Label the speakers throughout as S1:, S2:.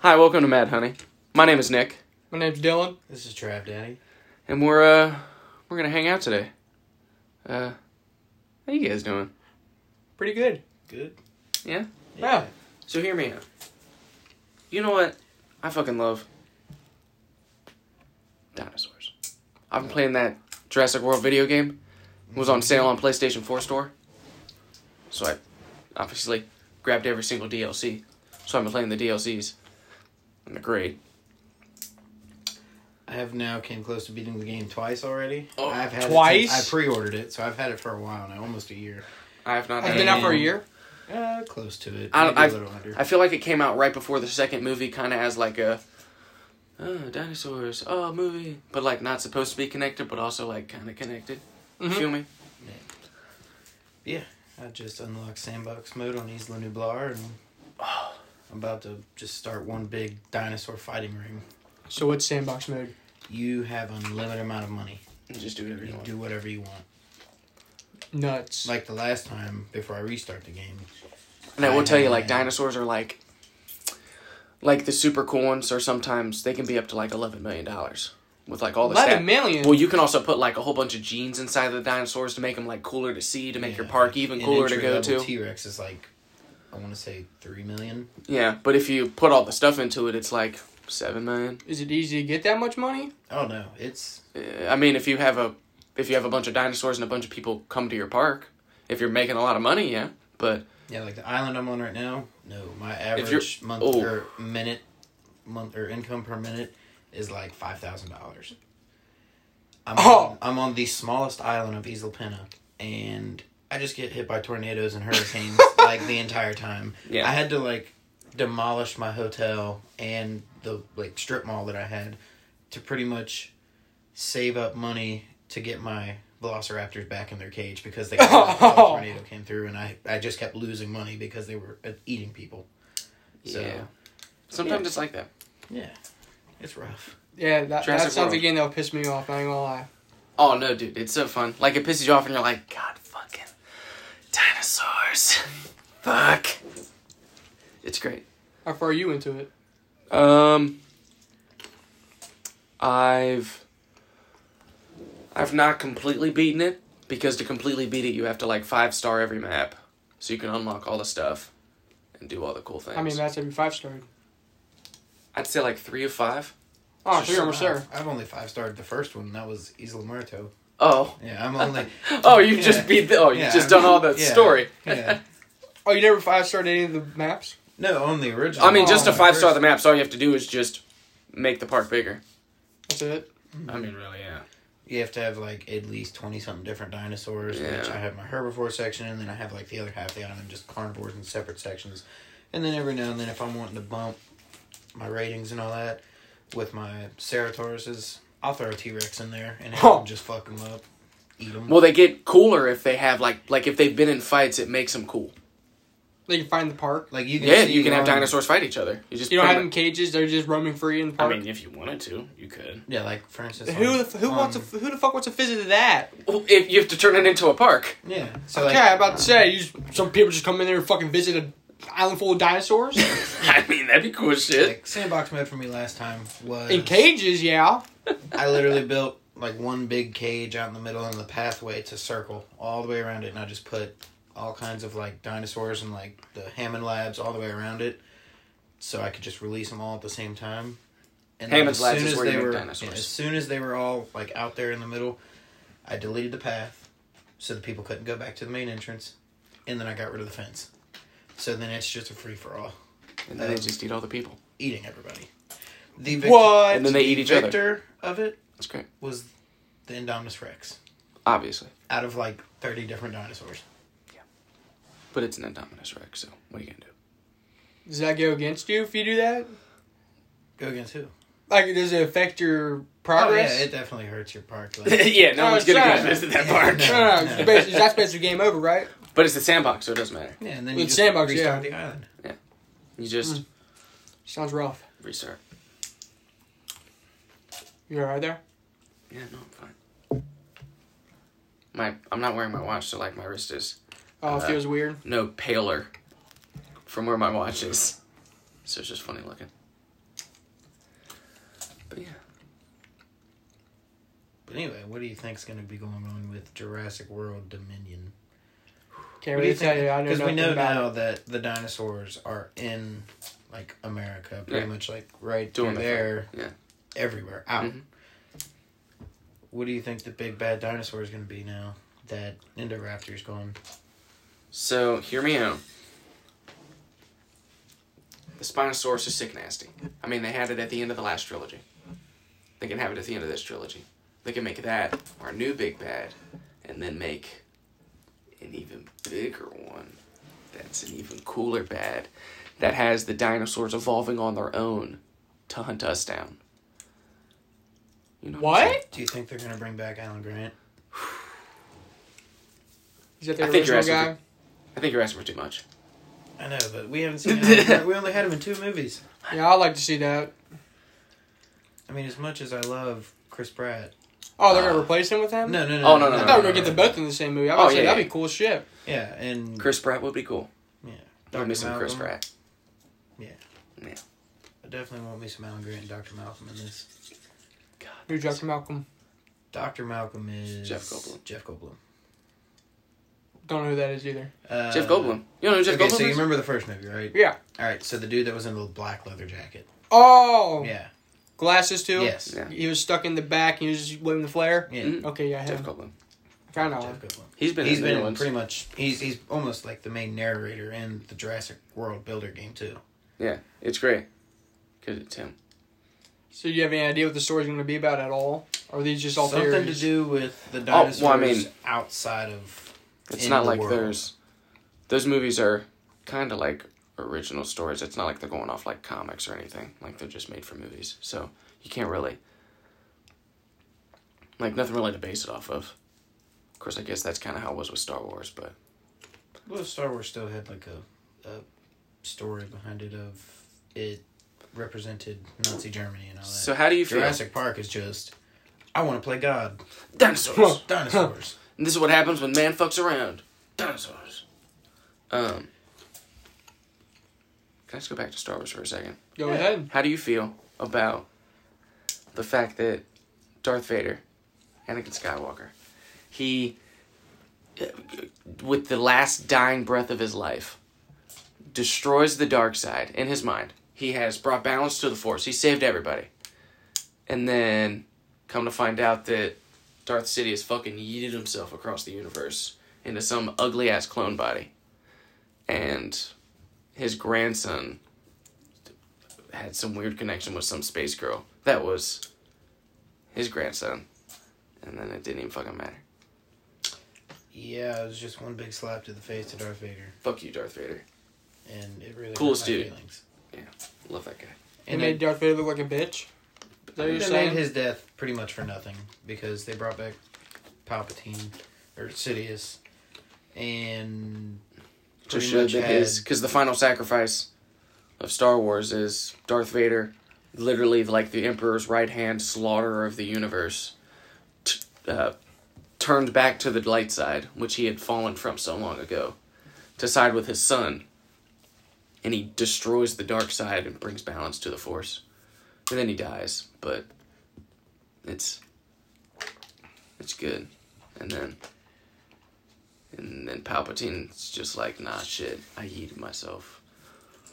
S1: Hi, welcome to Mad Honey. My name is Nick,
S2: My name's Dylan.
S3: This is Trav Daddy.
S1: and we're uh we're gonna hang out today. Uh, how you guys doing?
S2: Pretty good.
S3: Good.
S1: Yeah?
S2: Yeah.
S1: So hear me out. You know what? I fucking love dinosaurs. I've been playing that Jurassic World video game. It was on sale on PlayStation 4 store. So I obviously grabbed every single DLC. So I've been playing the DLCs. And they're great.
S3: I have now came close to beating the game twice already.
S1: Oh,
S3: I've had It
S2: twice?
S3: since I pre-ordered it, so I've had it for a while now, almost a year.
S1: I have not
S2: I've
S1: had
S2: been
S1: any-
S2: out for a year.
S3: Uh, close to it.
S1: I-
S3: Maybe
S1: I've-
S3: a little under.
S1: I feel like it came out right before the second movie, kind of as like a, oh, dinosaurs, oh, movie, but like not supposed to be connected, but also like kind of connected. You
S2: Mhm.
S3: Mm-hmm.
S1: feel me?
S3: I just unlocked sandbox mode on Isla Nublar, and I'm about to just start one big dinosaur fighting ring.
S2: So what's sandbox mode?
S3: You have unlimited amount of money.
S1: You just do whatever
S3: You
S1: you
S3: can
S1: want.
S3: do whatever you want.
S2: Nuts.
S3: Like the last time, before I restart the game.
S1: And I will tell you, like
S3: Yeah.
S1: dinosaurs are like, like the super cool ones are sometimes they can be up to like eleven million dollars with like all the
S2: Eleven
S1: stat-
S2: million?
S1: Well, you can also put like a whole bunch of genes inside of the dinosaurs to make them like cooler to see, to make your
S3: Yeah,
S1: park
S3: like,
S1: even
S3: an
S1: cooler to go
S3: entry-level
S1: to.
S3: T-Rex is like, I want to say three million.
S1: yeah, but if you put all the stuff into it, it's like seven million.
S2: Is it easy to get that much money?
S3: Oh no, it's
S1: Uh, I mean, if you have a if you have a bunch of dinosaurs and a bunch of people come to your park, if you're making a lot of money, yeah. But
S3: Yeah, like the island I'm on right now. No, my
S1: If you're-
S3: average month
S1: oh.
S3: or minute month or income per minute is like five thousand dollars. I'm
S2: Oh.
S3: on, I'm on the smallest island of Isla Pena, and I just get hit by tornadoes and hurricanes like the entire time.
S1: Yeah.
S3: I had to like demolish my hotel and the like strip mall that I had to pretty much save up money to get my velociraptors back in their cage because they got a tornado came through and I, I just kept losing money because they were uh, eating people. So
S1: yeah, sometimes it's like that.
S3: yeah. It's rough.
S2: Yeah, that, that
S1: Jurassic
S2: sounds like
S1: World.
S2: a game that'll piss me off. I ain't gonna lie.
S1: Oh no, dude, it's so fun. Like it pisses you off, and you're like, God, fucking dinosaurs, fuck. It's great.
S2: How far are you into it?
S1: Um, I've I've not completely beaten it because to completely beat it, you have to like five star every map, so you can unlock all the stuff and do all the cool things.
S2: I mean, that's every five star.
S1: I'd say like three of five.
S2: Oh,
S3: Just
S2: three almost
S3: survive.
S2: there.
S3: I've only five starred the first one. That was Isla Muerto.
S1: Oh,
S3: Yeah, I'm only
S1: oh, you
S3: Yeah.
S1: just beat the. Oh, you
S3: Yeah,
S1: have just
S3: I
S1: done
S3: mean,
S1: all the
S3: yeah,
S1: story.
S3: Yeah.
S2: Oh, you never five starred any of the maps?
S3: No, on the original.
S1: I mean, just
S2: Oh,
S1: to five star the
S3: first-
S1: maps, all you have to do is just make the park bigger.
S2: That's it.
S1: I mean, really, yeah.
S3: You have to have like at least twenty something different dinosaurs. Which
S1: Yeah.
S3: I have my herbivore section, and then I have like the other half of the island just carnivores in separate sections. And then every now and then, if I'm wanting to bump my ratings and all that with my Ceratauruses, I'll throw a T Rex in there and have
S2: Huh.
S3: them just fuck them up, eat them.
S1: Oh. Well, they get cooler if they have like like if they've been in fights, it makes them cool.
S2: They can find the park.
S3: like you can
S1: Yeah,
S3: see
S1: you can um, have
S3: on-
S1: dinosaurs fight each other. You just
S2: You don't
S1: put
S2: have
S1: 'em-
S2: them in cages. They're just roaming free in the
S1: I
S2: park.
S1: mean, if you wanted to, you could.
S3: Yeah, like for instance,
S2: who
S3: on-
S2: the f- who
S3: on-
S2: wants
S1: Um,
S2: a, f- who the fuck wants a visit to that?
S1: Well, if you have to turn it into a park,
S3: Yeah, so
S2: Okay,
S3: like
S2: I'm about to say, you just, some people just come in there and fucking visit an island full of dinosaurs
S1: I mean that'd be cool as shit.
S3: like sandbox mode for me last time was
S2: in cages. Yeah,
S3: I literally built like one big cage out in the middle and the pathway to circle all the way around it, and I just put all kinds of like dinosaurs and like the Hammond labs all the way around it, so I could just release them all at the same time. And then
S1: Hammond's
S3: as
S1: labs
S3: soon
S1: is
S3: as
S1: where you
S3: they
S1: make
S3: were,
S1: dinosaurs.
S3: yeah, as soon as they were all like out there in the middle, I deleted the path so the people couldn't go back to the main entrance, and then I got rid of the fence. So then it's just a free for all,
S1: And then they just eat all the people.
S3: eating everybody. The vic-
S2: What?
S1: And then they
S3: the
S1: eat each other.
S3: victor of it
S1: That's great.
S3: was the Indominus Rex
S1: Obviously,
S3: out of like 30 different dinosaurs.
S1: but it's an Indominus Rex, so what are you gonna do?
S2: does that go against you if you do that?
S3: Go against who?
S2: Like, does it affect your
S3: Oh,
S2: progress?
S3: yeah, it definitely hurts your park. Like,
S1: yeah,
S2: No, it's not.
S1: visit that park.
S2: no, no, no, it's basi- that's basically game over, right?
S1: But it's the sandbox, so it doesn't matter.
S3: yeah, and then
S2: With
S3: you just
S2: sandbox,
S3: restart the island.
S1: You just
S2: Sounds rough.
S1: restart.
S2: You alright there?
S1: Yeah, no, I'm fine. My I'm not wearing my watch, so like my wrist is
S2: Oh, it
S1: Uh,
S2: feels weird.
S1: no paler from where my watch is. So it's just funny looking. But yeah,
S3: But anyway, what do you think's going to be going on with Jurassic World Dominion?
S2: Can't really tell you. I don't
S3: Because
S2: know
S3: we know
S2: nothing about
S3: now
S2: it.
S3: that the dinosaurs are in like America, pretty
S1: Yeah.
S3: much like right
S1: doing the
S3: there,
S1: thing. Yeah,
S3: everywhere out.
S2: Mm-hmm.
S1: Mhm.
S3: What do you think the big bad dinosaur is going to be now that Indoraptor's gone?
S1: So, hear me out. The Spinosaurus is sick nasty. I mean, they had it at the end of the last trilogy. They can have it at the end of this trilogy. They can make that our new big bad, and then make an even bigger one. That's an even cooler bad that has the dinosaurs evolving on their own to hunt us down. You know I'm saying?
S2: What?
S3: Do you think they're going to bring back Alan Grant?
S2: Is that the
S1: I think you're
S2: original guy?
S1: asking I think you're asking for too much.
S3: I know, but we haven't seen. Alan Grant. We only had him in two movies.
S2: Yeah, I'd like to see that.
S3: I mean, as much as I love Chris Pratt,
S2: Oh, they're
S1: Uh,
S2: gonna replace him with him?
S3: no, no, no.
S1: Oh, no, no,
S2: I
S1: no,
S2: thought we
S1: no,
S2: were gonna get them both in the same movie. I was
S1: Oh,
S2: gonna say
S1: yeah,
S2: that'd
S1: yeah.
S2: be cool as shit.
S3: Yeah, and
S1: Chris Pratt would be cool.
S3: Yeah,
S1: I would miss some
S3: Malcolm.
S1: Chris Pratt.
S3: I definitely want me some Alan Grant and Dr. Malcolm in this.
S2: Who Dr. Malcolm?
S3: Dr. Malcolm is
S1: Jeff Goldblum.
S3: Jeff Goldblum.
S2: Don't know who that is either.
S3: Uh,
S1: Jeff Goldblum. You don't know who Jeff
S3: okay,
S1: Goldblum?
S3: so you
S1: is?
S3: remember the first movie, right?
S2: Yeah.
S3: All right, so the dude that was in the black leather jacket.
S2: Oh,
S3: Yeah.
S2: glasses too.
S3: Yes.
S1: Yeah.
S2: He was stuck in the back. He was just waving the flare.
S3: Yeah.
S1: Mhm.
S2: Okay, yeah,
S1: Jeff
S2: him.
S1: Goldblum.
S2: Kind of.
S3: Jeff Goldblum.
S1: He's been
S3: He's
S1: in the
S3: been
S1: new
S3: in
S1: ones.
S3: pretty much. He's he's almost like the main narrator in the Jurassic World Builder game too.
S1: yeah, it's great. Cause it's him.
S2: So, do you have any idea what the story's gonna be about at all? Or are these just all
S3: Something
S2: theories?
S3: to do with the
S1: well, I
S3: dinosaurs
S1: mean-
S3: outside of.
S1: It's
S3: in
S1: not
S3: the
S1: like
S3: world.
S1: there's those movies are kind of like original stories. It's not like they're going off like comics or anything. Like they're just made for movies. So you can't really like nothing really to base it off of. Of course, I guess that's kind of how it was with Star Wars, but
S3: Well, Star Wars still had like a, a story behind it of it represented Nazi Germany and all that.
S1: so how do you feel?
S3: Jurassic Park is just, I want to play God.
S1: Dinosaurs.
S3: Dinosaurs.
S1: and this is what happens when man fucks around. Dinosaurs. Um. Can I just go back to Star Wars for a second?
S2: Go
S3: Yeah.
S2: ahead.
S1: How do you feel about the fact that Darth Vader, Anakin Skywalker, he, uh, with the last dying breath of his life, destroys the dark side in his mind? He has brought balance to the Force. He saved everybody. And then come to find out that Darth Sidious fucking yeeted himself across the universe into some ugly ass clone body. And his grandson had some weird connection with some space girl that was his grandson, and then it didn't even fucking matter.
S3: Yeah, it was just one big slap to the face to Darth Vader,
S1: Fuck you, Darth Vader.
S3: and it really
S1: Coolest
S3: hurt my
S1: dude.
S3: feelings.
S1: Love that guy.
S2: They
S3: And
S2: made
S3: it,
S2: Darth Vader look like a bitch. Is that what
S3: they
S2: you're
S3: made
S2: saying?
S3: his death pretty much for nothing because they brought back Palpatine or Sidious, and
S1: Just
S3: pretty
S1: showed
S3: much
S1: that
S3: had-
S1: his because the final sacrifice of Star Wars is Darth Vader, literally like the Emperor's right hand slaughterer of the universe, t- uh, turned back to the light side, which he had fallen from so long ago, to side with his son. And he destroys the dark side and brings balance to the Force, and then he dies. But it's it's good, and then. And then Palpatine's just like, nah, shit, I yeeted myself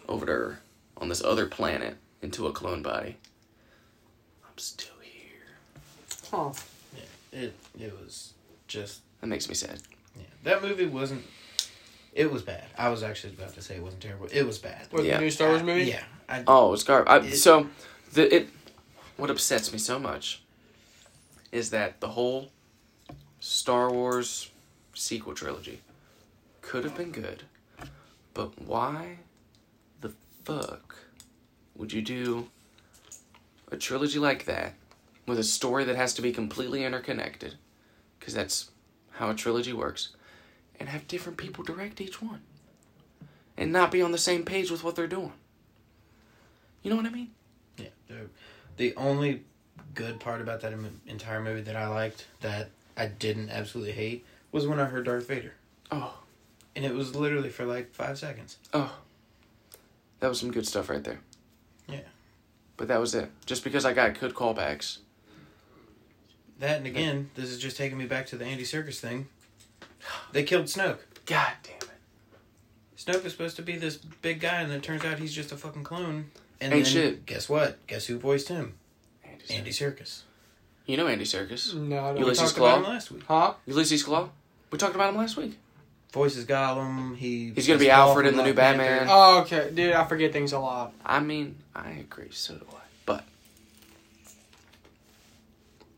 S1: over there on this other planet into a clone body. I'm still here.
S2: Huh.
S3: it it was just
S1: That makes me sad.
S3: yeah. that movie wasn't. It was bad. I was actually about to say it wasn't terrible. It was bad.
S2: What,
S1: Yeah.
S2: the new Star Wars movie?
S3: Yeah, I,
S1: Oh, it's garbage. I,
S3: It-
S1: so, the it, what upsets me so much is that the whole Star Wars sequel trilogy could have been good, but why the fuck would you do a trilogy like that with a story that has to be completely interconnected? Because that's how a trilogy works, and have different people direct each one, and not be on the same page with what they're doing. You know what I mean?
S3: Yeah, the- the only good part about that em- entire movie that I liked that I didn't absolutely hate was when I heard Darth Vader,
S1: Oh,
S3: and it was literally for like five seconds.
S1: oh, that was some good stuff right there.
S3: Yeah.
S1: But that was it. Just because I got good callbacks.
S3: That and again, this is just taking me back to the Andy Circus thing. They killed Snoke.
S1: God damn it.
S3: Snoke was supposed to be this big guy, and then it turns out he's just a fucking clone. And
S1: Ain't
S3: then,
S1: shit.
S3: Guess what? Guess who voiced him?
S1: Andy Serkis.
S3: Andy Circus.
S1: You know Andy Circus.
S2: No, I don't.
S1: Ulysses
S3: Talked
S1: Claw?
S3: about him last week.
S2: Huh?
S1: Ulysses Claw. We talked about him last week.
S3: Voices Gollum. He.
S1: He's gonna be
S3: does Claw
S1: Alfred
S3: from
S1: in the new
S3: Black Panther.
S1: Batman.
S2: Oh, okay, dude. I forget things a lot.
S1: I mean, I agree, so do I. But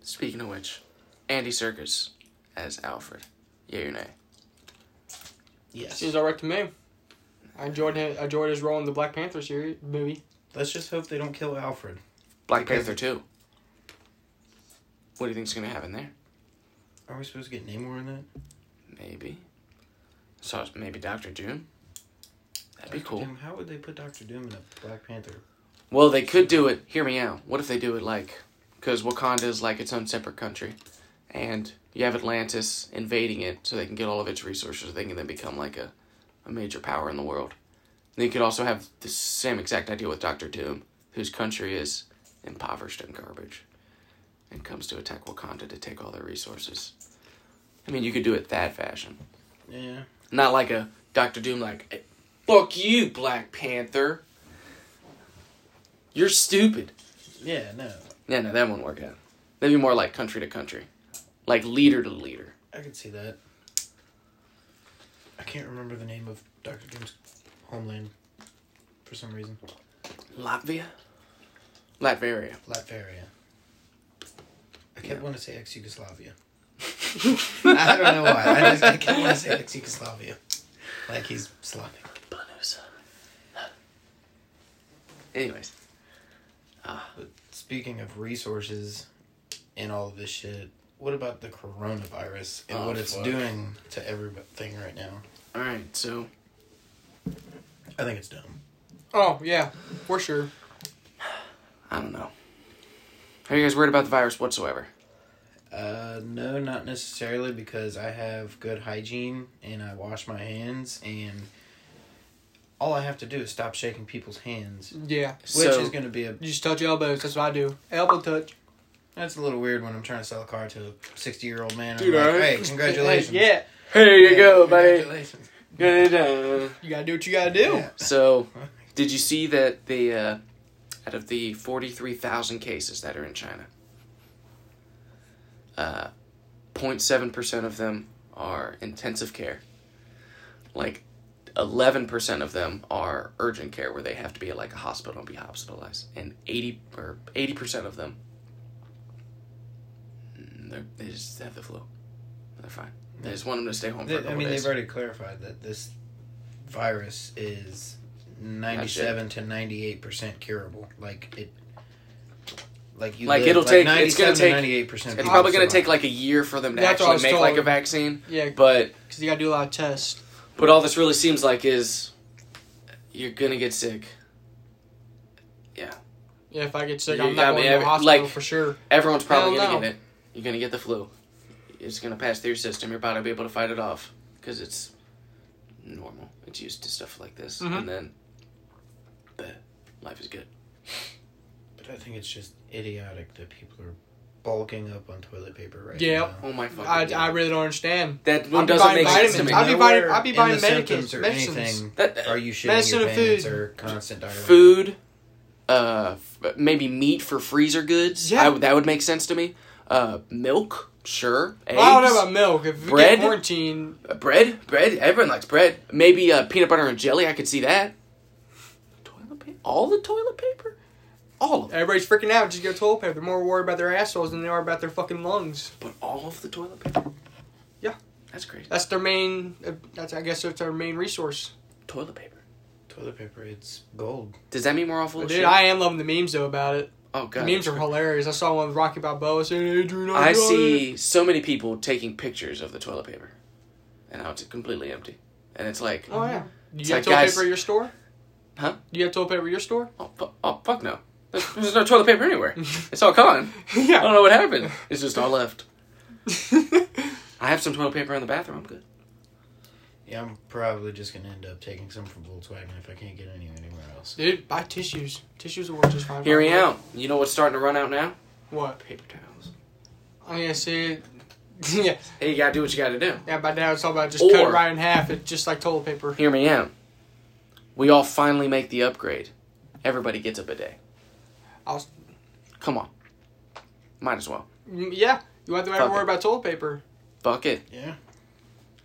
S1: speaking of which, Andy Circus as Alfred. Yeah or nay?
S3: Yes.
S2: Seems alright to me. I enjoyed his, I enjoyed his role in the Black Panther series movie.
S3: Let's just hope they don't kill Alfred.
S1: Black
S3: Because-
S1: Panther two. What do you think's gonna happen there?
S3: Are we supposed to get Namor in that?
S1: Maybe. So it's maybe Doctor Doom. That'd be
S3: Dr.
S1: cool.
S3: Doom, how would they put Doctor Doom in a Black Panther?
S1: Well, they could do it. Hear me out. What if they do it like, because Wakanda is like its own separate country, and you have Atlantis invading it, so they can get all of its resources. They can then become like a, a major power in the world. And they could also have the same exact idea with Doctor Doom, whose country is impoverished and garbage, and comes to attack Wakanda to take all their resources. I mean, you could do it that fashion,
S3: Yeah.
S1: not like a Doctor Doom like, "Hey, "Fuck you, Black Panther. You're stupid."
S3: Yeah, no.
S1: Yeah, no, that won't work out. That'd be more like country to country, like leader to leader.
S3: I could see that. I can't remember the name of Doctor Doom's homeland for some reason.
S1: Latvia, Latveria.
S3: Latveria. I kept
S1: Yeah.
S3: wanting to say ex Yugoslavia. I don't know why. I just I kept wanting to say ex Yugoslavia. Like he's Slavic.
S1: Baloosa. Anyways,
S3: But speaking of resources and all of this shit, what about the coronavirus and
S1: Oh,
S3: what it's
S1: fuck.
S3: doing to everything right now?
S1: all right. So
S3: I think it's dumb.
S2: Oh yeah, for sure.
S1: I don't know. Are you guys worried about the virus whatsoever?
S3: Uh, no, not necessarily because I have good hygiene and I wash my hands and all I have to do is stop shaking people's hands,
S2: Yeah.
S3: which
S1: So-
S3: is going to be a
S2: You just touch elbows. That's what I do. Elbow touch.
S3: that's a little weird when I'm trying to sell a car to a 60 year old man.
S1: Dude,
S3: I'm like,
S1: I-
S3: hey, congratulations!
S2: Hey, yeah.
S1: Here you
S3: Yeah,
S1: go, buddy.
S3: Congratulations!
S1: Good, uh,
S2: You gotta do what you gotta do.
S3: Yeah.
S1: So, did you see that the uh, out of the forty three thousand cases that are in China, uh, 07 percent of them are intensive care. Like, eleven percent of them are urgent care, where they have to be at like a hospital and be hospitalized, and eighty or eighty percent of them, mm, they're- they just have the flu. They're fine. They just want them to stay home for a
S3: They-
S1: couple
S3: I mean,
S1: days.
S3: they've already clarified that this virus is 97 to 98 percent curable. Like it, like you,
S1: Like,
S3: live-
S1: it'll take- it's gonna
S3: 97 to
S1: take-
S3: 98 percent.
S1: It's probably going to take like a year for them to
S2: That's what I
S1: actually
S2: was
S1: make
S2: told.
S1: like a vaccine.
S2: Yeah,
S1: But
S2: because you gotta do a lot of tests.
S1: what all this really seems like is you're going to get sick.
S2: Yeah, if I get sick,
S1: You-
S2: I'm not
S1: I mean,
S2: going to the
S1: every-
S2: hospital
S1: like-
S2: for sure.
S1: Everyone's probably
S2: Hell
S1: going to
S2: no.
S1: get it. You're going to get the flu. It's going to pass through your system. Your body will be able to fight it off because it's normal. It's used to stuff like this.
S2: Mhm.
S1: And then bleh, life is good.
S3: But I think it's just idiotic that people are bulking up on toilet paper right
S2: Yeah.
S3: now.
S1: Oh my fucking
S2: I,
S1: God.
S2: I really don't understand.
S1: that
S2: I'll
S1: one
S2: be
S1: doesn't
S2: buying
S1: make sense to
S2: vitamins.
S1: me.
S2: I'll be
S3: Nowhere
S2: buying- I'll be
S3: in
S2: buying
S3: the
S2: medicines-
S3: symptoms or
S2: medicines.
S3: anything.
S1: That-
S3: are you shitting
S2: medicine
S3: your
S2: and
S3: pants
S2: food.
S3: or constant diarrhea?
S1: food, uh, f- maybe meat for freezer goods.
S2: Yeah.
S1: I would- that would make sense to me. Uh, milk, sure. Eggs,
S2: I don't know about milk. If we
S1: Bread?
S2: get quarantine,
S1: Uh, bread, bread. Everyone likes bread. Maybe uh, peanut butter and jelly. I could see that. Toilet paper. All the toilet paper. All of it.
S2: everybody's freaking out. Just get toilet paper. They're more worried about their assholes than they are about their fucking lungs.
S1: But all of the toilet paper.
S2: Yeah.
S1: That's crazy.
S2: That's their main. uh, That's I guess that's their main resource.
S1: Toilet paper.
S3: Toilet paper, it's gold.
S1: Does that mean we're all full of
S2: Dude,
S1: shit?
S2: I am loving the memes though about it.
S1: oh
S2: The
S1: god.
S2: memes are hilarious. I saw one with Rocky Balboa saying, "Adrian,
S1: I see so many people taking pictures of the toilet paper, and now it's completely empty. And it's like,
S2: Oh yeah. Do
S1: It's
S2: you
S1: like,
S2: have toilet
S1: guys-
S2: paper at your store?
S1: Huh?
S2: Do you have toilet paper at your store?
S1: oh, fu- oh fuck no. There's, there's no toilet paper anywhere. It's all gone. I don't
S2: yeah.
S1: know what happened. It's just all left. I have some toilet paper in the bathroom. I'm good.
S3: Yeah, I'm probably just gonna end up taking some from Volkswagen if I can't get any anywhere else.
S2: Dude, buy tissues. Tissues will work just fine.
S1: Hearing out. You know what's starting to run out now?
S2: What?
S1: Paper towels.
S2: I'm gonna say it. yeah,
S1: Hey, you gotta do what you gotta do.
S2: yeah. By now it's all about just cut
S1: Or-
S2: it right in half. It's just like toilet paper.
S1: Hear me out. We all finally make the upgrade. Everybody gets a bidet.
S2: I was,
S1: Come on. Might as well.
S2: mm, yeah, you have to
S1: Fuck
S2: ever worry
S1: it.
S2: about toilet paper.
S1: Fuck it.
S3: Yeah.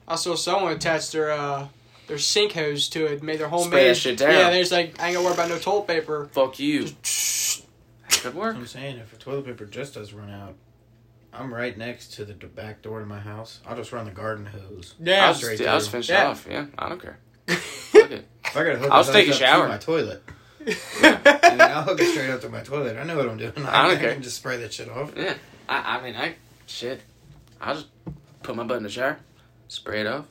S2: I saw someone attach their uh their sink hose to it, made their homemade.
S1: Spray that shit down.
S2: Yeah, there's like I ain't gonna worry about no toilet paper.
S1: Fuck you.
S2: Just-
S1: Good work.
S3: I'm saying if toilet paper just does run out, I'm right next to the d- back door to my house. I'll just run the garden hose.
S1: I
S2: Yeah,
S1: was,
S3: Straight
S1: dude, I was
S3: through.
S1: finished
S2: Yeah.
S1: off. Yeah, I don't care. Fuck it.
S3: If I gotta hook
S1: I'll just
S3: the hose
S1: take a
S3: up to
S1: shower.
S3: my toilet. And I'll hook it straight up to my toilet. I know what I'm doing.
S1: I don't care.
S3: can just spray that shit off.
S1: Yeah. I, I mean, I. Shit. I'll just put my butt in the shower, spray it off.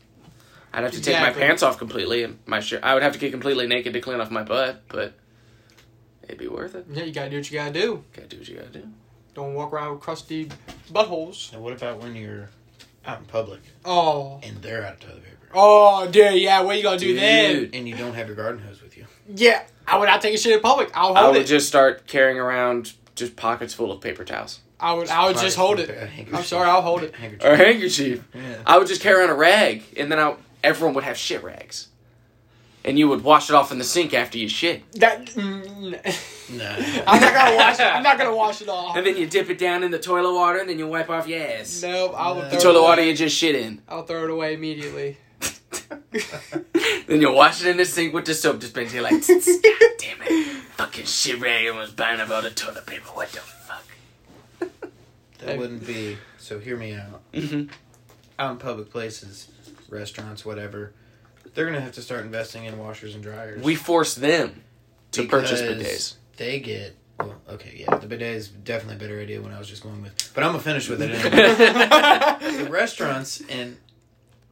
S1: I'd have to take
S2: Exactly.
S1: my pants off completely and my shirt. I would have to get completely naked to clean off my butt, but it'd be worth it.
S2: yeah, you gotta do what you gotta do.
S1: Gotta do what you gotta do.
S2: Don't walk around with crusty buttholes.
S3: And what about when you're out in public
S2: Oh,
S3: and they're out of toilet paper?
S2: oh, dude, yeah. What you gonna do then?
S1: Dude,
S3: And you don't have your garden hose with you.
S2: Yeah, I would not take a shit in public. I'll
S1: I
S2: hold
S1: would
S2: it.
S1: just start carrying around just pockets full of paper towels
S2: I would. I would just hold it. I'm sorry, I'll hold it.
S3: Handkerchief.
S1: or a handkerchief.
S3: Yeah.
S1: I would just carry around a rag, and then I, everyone would have shit rags, and you would wash it off in the sink after you shit,
S2: That. mm,
S3: Nah.
S2: I'm not gonna wash it. I'm not gonna wash it off.
S1: and then you dip it down in the toilet water, and then you wipe off your ass.
S2: Nope, I
S3: The
S2: would.
S1: The
S2: Throw
S1: toilet
S2: it
S1: water
S2: away.
S1: you just shit in.
S2: I'll throw it away immediately.
S1: Then you wash it in the sink with the soap dispenser. You're like, "Tsk, tsk, God damn it. Fucking shit rag almost buying up all the toilet paper. What the fuck?
S3: That wouldn't be. So hear me out.
S1: Mm-hmm.
S3: Out in public places, restaurants, whatever, they're gonna have to start investing in washers and dryers.
S1: We force them to purchase
S3: Because
S1: bidets.
S3: They get. Well, okay, yeah, the bidet is definitely a better idea when I was just going with. But I'm gonna finish with it anyway. the restaurants and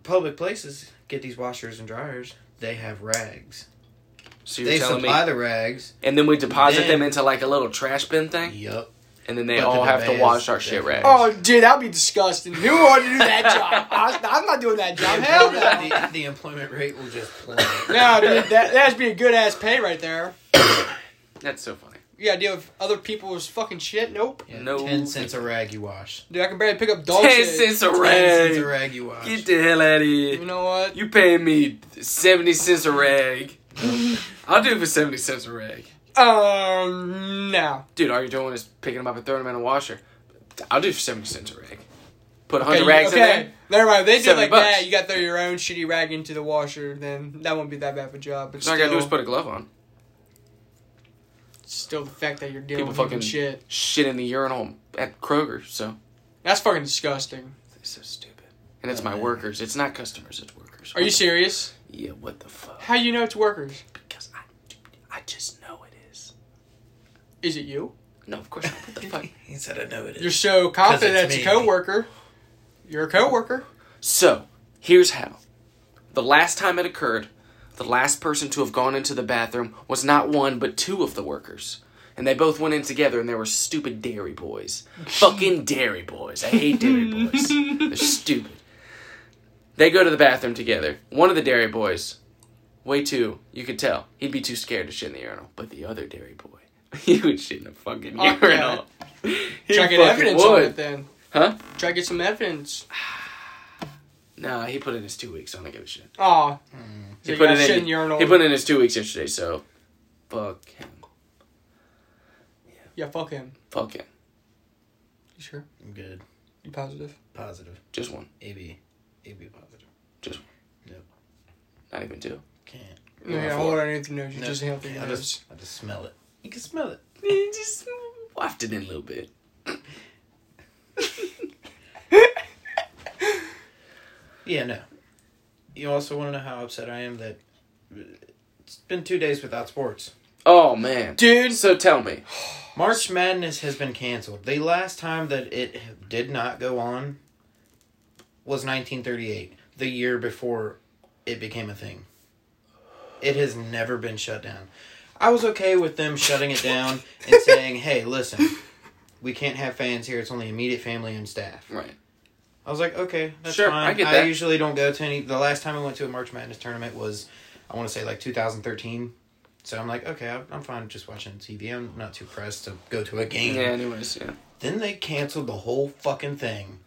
S3: public places get these washers and dryers. They have rags.
S1: so you're
S3: they
S1: telling me.
S3: supply the rags.
S1: And then we deposit
S3: Then-
S1: them into like a little trash bin thing,
S3: Yup.
S1: and then they
S3: But the
S1: all have to
S3: bidets
S1: wash our shit
S3: definitely-
S1: rags.
S2: Oh, dude, that'd be disgusting. Who wanted to do that job? I, am not doing that job. Hell no.
S3: the, the employment rate will just plummet.
S2: No, dude, that that'd be a good ass pay right there.
S1: That's so funny.
S2: You gotta deal with other people's fucking shit. Nope.
S3: Yeah,
S1: No.
S3: Ten cents a rag you wash.
S2: Dude, I can barely pick up dog
S1: Ten
S2: shit.
S1: cents a
S3: Ten cents a
S1: rag.
S3: rag you wash.
S1: Get the hell out of
S2: You
S1: here.
S2: know what?
S1: You paying me seventy cents a rag? I'll do it for seventy cents a rag.
S2: Um, no.
S1: dude, all you're doing is picking them up and throwing them in a washer. I'll do 70 cents a rag. Put 100
S2: Okay, you-
S1: rags in
S2: okay.
S1: there.
S2: Never mind. If they do it
S1: Seventy
S2: like
S1: bucks.
S2: that, you gotta throw your own shitty rag into the washer. Then that won't be that bad of a job. But
S1: So all I
S2: still,
S1: gotta do is put a glove on.
S2: still the fact that you're dealing
S1: People
S2: with fucking
S1: fucking-
S2: shit.
S1: Shit in the urinal at Kroger, so.
S2: That's fucking disgusting.
S1: It's so stupid. And it's
S3: Oh,
S1: my
S3: man.
S1: workers. It's not customers, it's workers.
S2: Are you
S1: What the-
S2: serious?
S1: Yeah, what the fuck?
S2: How you know it's workers?
S1: Because I, I just know it is.
S2: Is it you?
S1: No, of course not. What the fuck?
S3: He said, "I know it is."
S2: You're so confident
S3: it's
S2: that's a
S3: me.
S2: coworker. You're a coworker.
S1: So, here's how. The last time it occurred, the last person to have gone into the bathroom was not one but two of the workers. And they both went in together and they were stupid dairy boys. Fucking dairy boys. I hate dairy boys. They're stupid. They go to the bathroom together. One of the dairy boys, way too, you could tell, he'd be too scared to shit in the urinal. But the other dairy boy, he would shit in the fucking
S2: Oh, yeah.
S1: urinal. He
S2: Try to
S1: fucking
S2: get evidence on it then.
S1: Huh?
S2: Try to get some evidence.
S1: Nah, he put in his two weeks. I don't give a shit.
S2: Oh,
S1: Mm. He
S2: so
S1: put
S2: you got
S1: it
S2: shit
S1: in.
S2: in urinal.
S1: He put in his two weeks yesterday, so fuck him.
S2: yeah, fuck him.
S1: Fuck him.
S2: You sure?
S3: I'm good.
S2: You positive?
S3: Positive.
S1: Just one.
S3: AB. AB positive.
S1: Just
S3: Nope.
S1: not even two.
S3: Can't.
S1: Yeah,
S2: Yeah,
S1: fuck.
S2: hold on underneath your nose. You just inhale through
S3: can't.
S2: your
S3: I
S2: nose.
S3: just, I just smell it. You can smell it.
S1: Just waft it in a little bit.
S3: Yeah, no. You also want to know how upset I am that it's been two days without sports.
S1: Oh man,
S2: Dude.
S1: So tell me,
S3: March Madness has been canceled. The last time that it did not go on was 1938, the year before it became a thing. It has never been shut down. I was okay with them shutting it down and saying, hey, listen, we can't have fans here. It's only immediate family and staff.
S1: right?
S3: I was like, okay, that's
S1: Sure,
S3: fine.
S1: I get that.
S3: usually don't go to any. The last time I went to a March Madness tournament was, I want to say like 2013. So I'm like, okay, I'm- I'm fine just watching TV. I'm not too pressed to go to a game.
S1: Yeah, anyways, yeah.
S3: Then they canceled the whole fucking thing.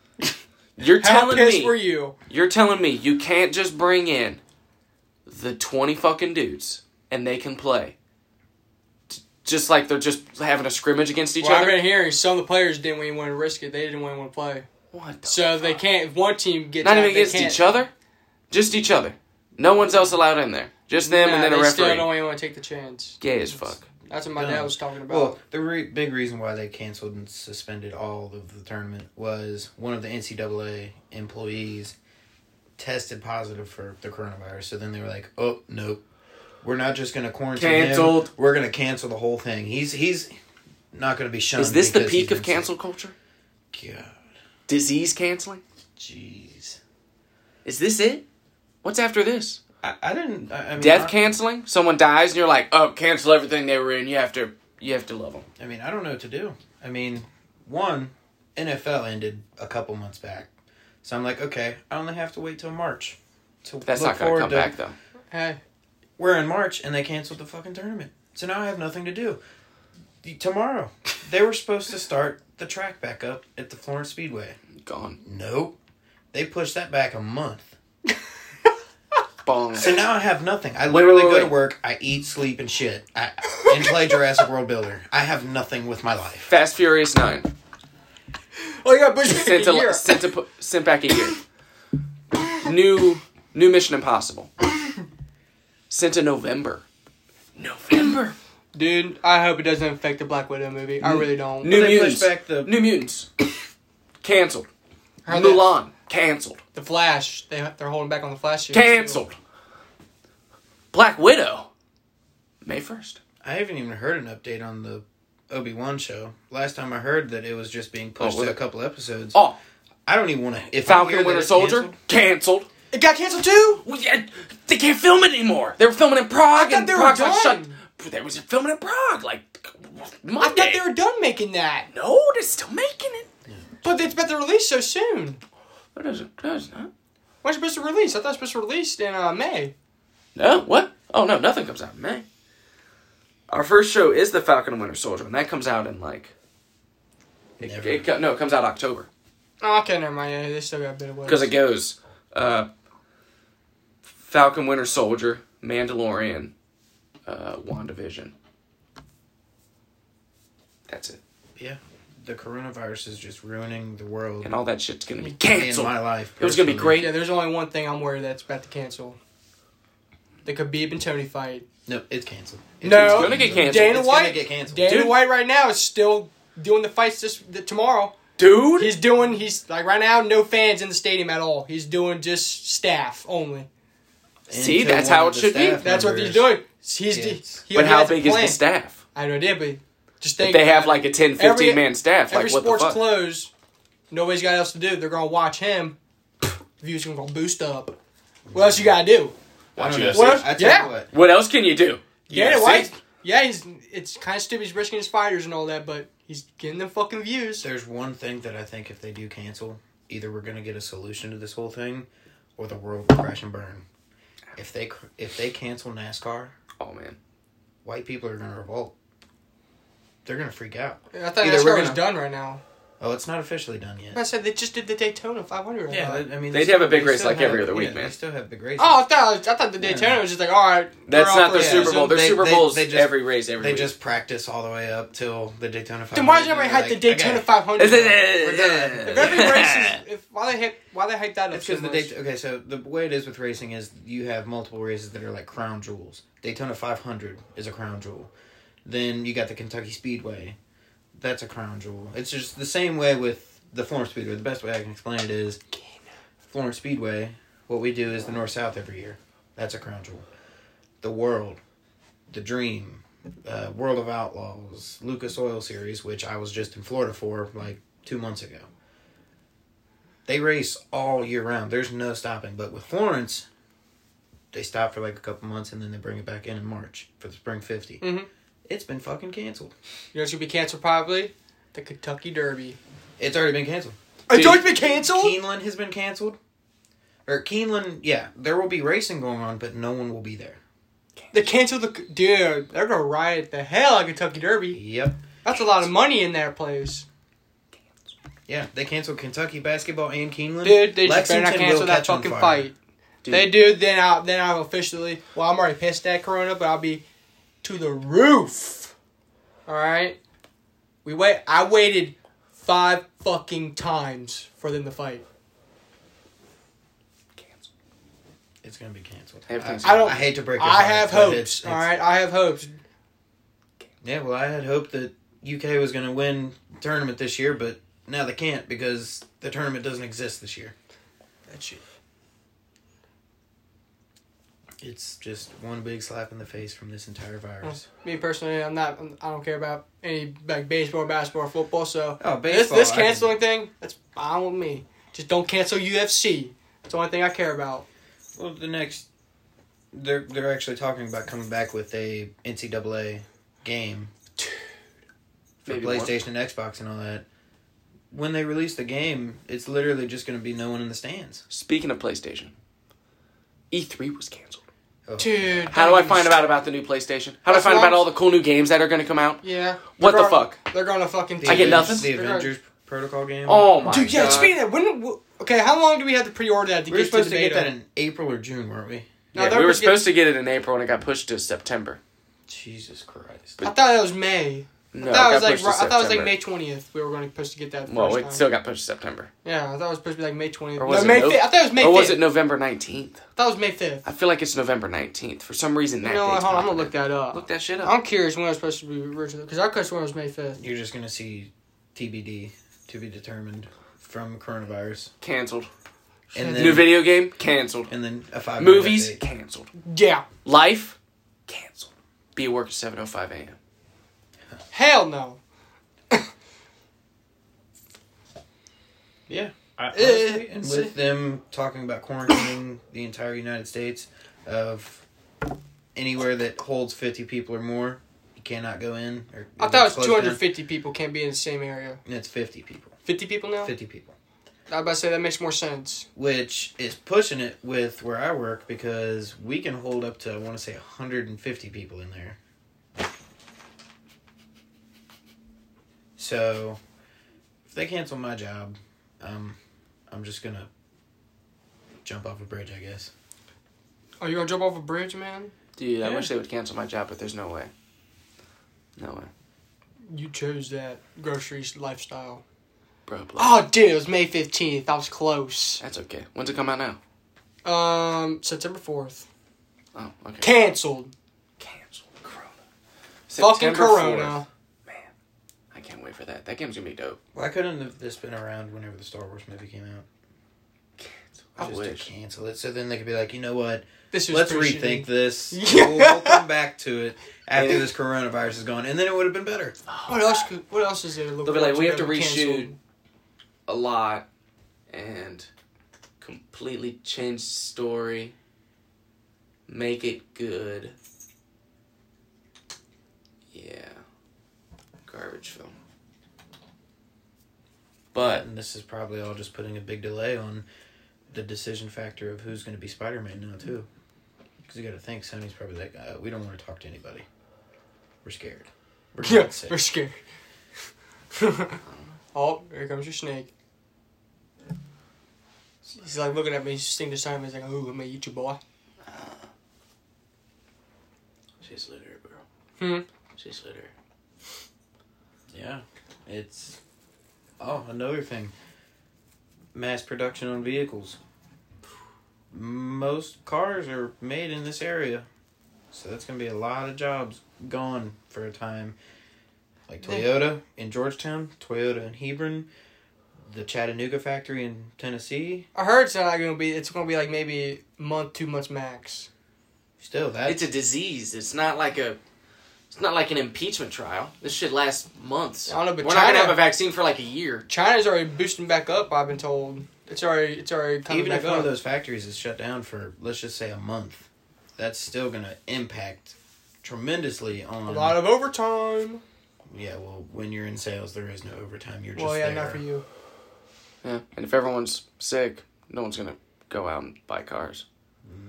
S1: You're
S2: How
S1: telling
S2: pissed
S1: me
S2: were you?
S1: You're telling me you can't just bring in the 20 fucking dudes and they can play. J- Just like they're just having a scrimmage against each
S2: Well, I've
S1: other?
S2: been hearing some of the players didn't even want to risk it. They didn't want to play.
S1: What the
S2: So they can't. If one team gets
S1: Not
S2: out,
S1: even
S2: they
S1: against
S2: can't.
S1: each other? Just each other. No one's else allowed in there. Just them
S2: Nah,
S1: and then a
S2: they still
S1: referee.
S2: don't even want to take the chance.
S1: Gay as fuck.
S2: That's what my
S3: No.
S2: dad was talking about.
S3: Well, the re- big reason why they canceled and suspended all of the tournament was one of the NCAA employees tested positive for the coronavirus. So then they were like, "Oh nope, we're not just going to quarantine him.
S1: Canceled.
S3: We're going to cancel the whole thing. He's he's not going to be shunned."
S1: Is this the
S3: because he's
S1: peak of
S3: been
S1: cancel culture?
S3: sick." God,
S1: Disease canceling?
S3: jeez.
S1: Is this it? What's after this?
S3: I, I didn't. I, I mean,
S1: Death
S3: I-
S1: canceling? Someone dies and you're like, oh, cancel everything they were in. You have to, you have to love them.
S3: I mean, I don't know what to do. I mean, one NFL ended a couple months back, so I'm like, okay, I only have to wait till March. To
S1: That's
S3: look
S1: not gonna
S3: forward
S1: come
S3: to-
S1: back though.
S2: hey,
S3: We're in March, and they canceled the fucking tournament. So now I have nothing to do. The- Tomorrow, they were supposed to start the track back up at the Florence Speedway.
S1: Gone.
S3: Nope, they pushed that back a month.
S1: Bong.
S3: So now I have nothing. I
S1: Wait,
S3: literally
S1: wait,
S3: go
S1: wait.
S3: to work, I eat, sleep, and shit, I, and play Jurassic World Builder. I have nothing with my life.
S1: Fast Furious Nine
S2: oh, you got Bush
S1: sent
S2: back a
S1: a,
S2: year.
S1: sent, a, pu- sent back a year. New new Mission Impossible sent to November. November.
S2: Dude, I hope it doesn't affect the Black Widow movie. I really don't.
S1: New
S3: they
S1: Mutants.
S3: pushed back the-
S1: New Mutants. Cancelled.
S2: Heard that-
S1: Mulan. Cancelled.
S2: The Flash. They they're holding back on the Flash. series, too.
S1: Cancelled. Black Widow. May first.
S3: I haven't even heard an update on the Obi Wan show. Last time I heard that it was just being pushed
S1: Oh, was
S3: to a
S1: it?
S3: couple episodes.
S1: Oh,
S3: I don't even want to. If I hear
S1: Falcon
S3: that
S1: Winter
S3: it's
S1: Soldier.
S3: canceled-
S1: Cancelled.
S2: It got canceled too.
S1: We, uh, they can't film it anymore. They were filming in Prague,
S2: I thought
S1: and
S2: they were
S1: Prague got shut.
S2: done.
S1: They was filming in Prague like
S2: I
S1: Monday.
S2: thought they were done making that,
S1: No, they're still making it.
S2: but it's about to release so soon.
S1: That doesn't. That does not.
S2: When's it supposed to release? I thought it was supposed to release in uh, May.
S1: No. What? Oh no, nothing comes out in May. Our first show is the Falcon and Winter Soldier, and that comes out in like. It,
S3: Never.
S1: it co- no, it comes out October
S2: Oh, okay, never mind. Yeah, they still got a bit of
S1: because it
S2: wait.
S1: goes, uh, Falcon Winter Soldier, Mandalorian, uh, Wandavision. That's it,
S3: Yeah, the coronavirus is just ruining the world
S1: and all that shit's gonna be
S3: and
S1: canceled.
S3: my life.
S1: It was gonna be
S3: personally.
S1: great.
S2: Yeah, there's only one thing I'm worried that's about to cancel. The Khabib and Tony fight.
S3: No, it's canceled.
S2: No.
S1: It's gonna get canceled.
S2: Dana
S3: It's
S2: White.
S3: gonna get canceled.
S2: Dana
S1: Dude.
S2: White right now is still doing the fights this the, tomorrow.
S1: Dude,
S2: He's doing. He's like right now, no fans in the stadium at all. He's doing just staff only.
S1: See, that's how it should be.
S2: That's what he's doing. He's
S3: Yes.
S2: he
S1: but
S2: already
S1: how
S2: has a
S1: big is the
S2: plan.
S1: staff?
S2: I have no idea, but just
S1: If
S2: think
S1: they have
S2: about
S1: like
S2: it.
S1: a 10, 15
S2: Every-
S1: man staff.
S2: every
S1: Like what the
S2: sports
S1: fuck?
S2: closed. Nobody's got else to do. They're gonna watch him. Views gonna go boost up. What else you gotta do?
S3: Watch
S1: UFC.
S2: What else-
S3: I tell
S2: yeah.
S3: you what.
S1: What else can you do?
S2: Yeah,
S1: UFC?
S2: why? Yeah, he's it's kind of stupid. He's risking his fighters and all that, but he's getting them fucking views.
S3: There's one thing that I think if they do cancel, either we're gonna get a solution to this whole thing, or the world will crash and burn. If they cr- if they cancel NASCAR,
S1: Oh man,
S3: white people are gonna revolt. They're gonna freak out.
S2: I thought
S3: Either
S2: that's
S3: we're
S2: where it's
S3: gonna-
S2: done right now.
S3: Oh, it's not officially done yet.
S2: I said they just did the Daytona 500. right now.
S3: I mean,
S1: They'd have a big race like every other week, man.
S3: They still have big races.
S2: Oh, I thought I thought the Daytona was just like all right. we're
S1: that's
S2: off
S1: not
S2: for
S1: their
S2: the
S1: Super
S2: season.
S1: Bowl. Their
S3: They-
S1: Super
S3: they-
S1: Bowls
S3: they just-
S1: every race every
S3: they
S1: week.
S3: just practice all the way up till the Daytona 500.
S2: Then why does everybody hype the Daytona 500?
S1: Is it-
S3: We're done.
S2: If every race is, if why they hype why they hype that up?
S3: It's
S2: so
S3: because the
S2: much?
S3: Daytona. Okay, so the way it is with racing is you have multiple races that are like crown jewels. Daytona 500 is a crown jewel. Then you got the Kentucky Speedway. That's a crown jewel. It's just the same way with the Florence Speedway. The best way I can explain it is Florence Speedway. What we do is the North South every year. That's a crown jewel. The World, the Dream, uh, World of Outlaws, Lucas Oil Series, which I was just in Florida for like two months ago. They race all year round. There's no stopping. But with Florence, they stop for like a couple months and then they bring it back in in March for the Spring 50.
S2: Mhm.
S3: It's been fucking canceled.
S2: You know it's gonna be canceled probably. The Kentucky Derby.
S3: It's already been canceled.
S2: Are
S1: Dude.
S2: George been canceled?
S3: Keeneland has been canceled. Or Keeneland, yeah, there will be racing going on, but no one will be there.
S2: They canceled the dude. They're gonna riot the hell out of Kentucky Derby.
S3: Yep.
S2: That's a lot of money in that place.
S3: Yeah, they canceled Kentucky basketball and Keeneland.
S2: Dude, they just better not
S3: Lexington
S2: cancel
S3: will
S2: that
S3: catch on
S2: fucking
S3: fire.
S2: fight.
S1: Dude.
S2: They do, then I then I'll officially well I'm already pissed at Corona, but I'll be to the roof. Alright? We wait I waited five fucking times for them to fight.
S3: It's gonna be canceled.
S1: Everything's-
S3: I,
S2: I don't-
S3: I hate to break. your
S2: I
S3: heart,
S2: have
S3: but
S2: hopes.
S3: it's- it's-
S2: Alright, I have hopes.
S3: Yeah, well, I had hoped that UK was gonna win the tournament this year, but now they can't because the tournament doesn't exist this year.
S2: That shit.
S3: It's just one big slap in the face from this entire virus.
S2: Me personally, I'm not. I'm, I don't care about any like baseball, basketball, football. So
S3: Oh,
S2: this
S3: baseball,
S2: this
S3: I can-
S2: canceling thing, that's fine with me. Just don't cancel UFC. That's the only thing I care about.
S3: Well, the next, they're they're actually talking about coming back with a NCAA game for
S1: Maybe one.
S3: PlayStation and Xbox and all that. When they release the game, it's literally just going to be no one in the stands.
S1: Speaking of PlayStation, E3 was canceled.
S3: Oh.
S2: Dude,
S1: How do I find out about the new PlayStation? How do I
S2: That's
S1: find
S2: what
S1: about
S2: I'm-
S1: all the cool new games that are going to come out?
S2: Yeah.
S1: What
S2: They're
S1: the
S2: gonna-
S1: fuck?
S2: They're gonna fucking.
S3: The
S1: I get
S3: Aven-
S1: nothing?
S3: The Avengers Protocol game.
S1: Oh my
S2: Dude, yeah.
S1: God.
S2: Speaking of when, w- okay, how long do we have to pre-order that to
S3: we were
S2: get
S3: supposed to
S2: the
S3: get
S2: beta?
S3: that in April or June, weren't we?
S2: No,
S1: Yeah,
S2: they're
S1: we were
S2: gonna get-
S1: supposed to get it in April and it got pushed to September.
S3: Jesus Christ!
S2: I thought that was May.
S1: No,
S2: I
S1: it
S2: thought it was
S1: got
S2: like
S1: pushed to
S2: ri- I thought it was like
S1: September.
S2: May twentieth. We were going to supposed to get that. The
S1: Well,
S2: first
S1: it
S2: time.
S1: still got pushed to September.
S2: yeah, I thought it was supposed to be like May twentieth.
S1: Or was
S2: No,
S1: it
S2: May
S1: no-
S2: fifth. I thought it was May
S1: Or
S2: fifth.
S1: was it November 19th?
S2: I thought it was May fifth.
S1: I feel like it's November 19th. For some reason, that
S2: You know what?
S1: date's
S2: Hold on, I'm
S1: popping
S2: gonna
S1: up.
S2: look that up.
S1: Look that shit up.
S2: I'm curious when it was supposed to be originally because I could have sworn it was May fifth.
S3: You're just going to see TBD to be determined from coronavirus,
S1: Canceled. New
S3: and then
S1: video game? Canceled.
S3: and then a five
S1: Movies? Canceled.
S2: Yeah,
S1: Life? Canceled. Be at work at 7.05 a.m.
S2: hell no.
S3: Yeah.
S2: honestly,
S3: Eh, and with them talking about quarantining the entire United States of anywhere that holds 50 people or more, you cannot go in. Or
S2: I thought it
S3: it's
S2: was
S3: closed
S2: 250 people can't be in the same area.
S3: down. It's 50 people.
S2: 50 people now.
S3: 50 people.
S2: I was about to say that makes more sense.
S3: Which is pushing it with where I work because we can hold up to, I want to say, 150 people in there. So, if they cancel my job, um, I'm just going to jump off a bridge, I guess.
S2: Are Oh, you gonna jump off a bridge, man?
S1: Dude, I
S3: Yeah.
S1: wish they would cancel my job, but there's no way. No way.
S2: You chose that grocery lifestyle.
S1: Bro, blow.
S2: Oh, dude, it was May 15th. I was close.
S1: That's okay. When's it come out now?
S2: Um, September 4th.
S1: Oh, okay.
S2: Canceled.
S1: Cancel Corona.
S2: Fucking
S1: September
S2: Corona.
S1: 4th. Man, I can't wait for that. That game's gonna be dope.
S3: Why couldn't have this been around whenever the Star Wars movie came out?
S1: I
S3: just
S1: wish.
S3: to cancel it, so then they could be like, you know what?
S2: This was
S3: Let's
S2: pretty
S3: rethink
S2: shitty.
S3: this.
S2: Yeah.
S3: We'll, we'll come back to it after
S1: Yeah.
S3: this coronavirus is gone, and then it would have been better.
S2: What else? Could, what else is there? They'll
S1: be like, we have to reshoot. A lot, and completely change the story. Make it good. Yeah, garbage film. But
S3: And this is probably all just putting a big delay on the decision factor of who's going to be Spider Man now too, because you got to think Sony's probably like, uh, we don't want to talk to anybody. We're scared. We're
S2: Yeah,
S3: getting sick.
S2: we're scared. oh, here comes your snake. He's like looking at me. He's singing this time. He's like, "Ooh, I'm gonna eat you, boy."
S1: she's litter, bro.
S2: Hmm.
S1: She's litter.
S3: Yeah, it's oh another thing. Mass production on vehicles. Most cars are made in this area, so that's gonna be a lot of jobs gone for a time. Like
S2: They-
S3: Toyota in Georgetown, Toyota in Hebron, the Chattanooga factory in Tennessee.
S2: I heard it's not gonna be. It's gonna be like maybe month, two months max.
S3: Still, that
S1: It's a disease. It's not like a. It's not like an impeachment trial. This shit lasts months.
S2: I don't know, but
S1: We're not gonna
S2: China-
S1: have a vaccine for like a year.
S2: China's already boosting back up. I've been told it's already it's already coming
S3: even
S2: back
S3: if one
S2: up.
S3: of those factories is shut down for let's just say a month, that's still gonna impact tremendously on
S2: a lot of overtime.
S3: Yeah, well, when you're in sales, there is no overtime. You're just
S2: Well, yeah,
S3: there.
S2: not for you.
S1: Yeah, and if everyone's sick, no one's gonna go out and buy cars.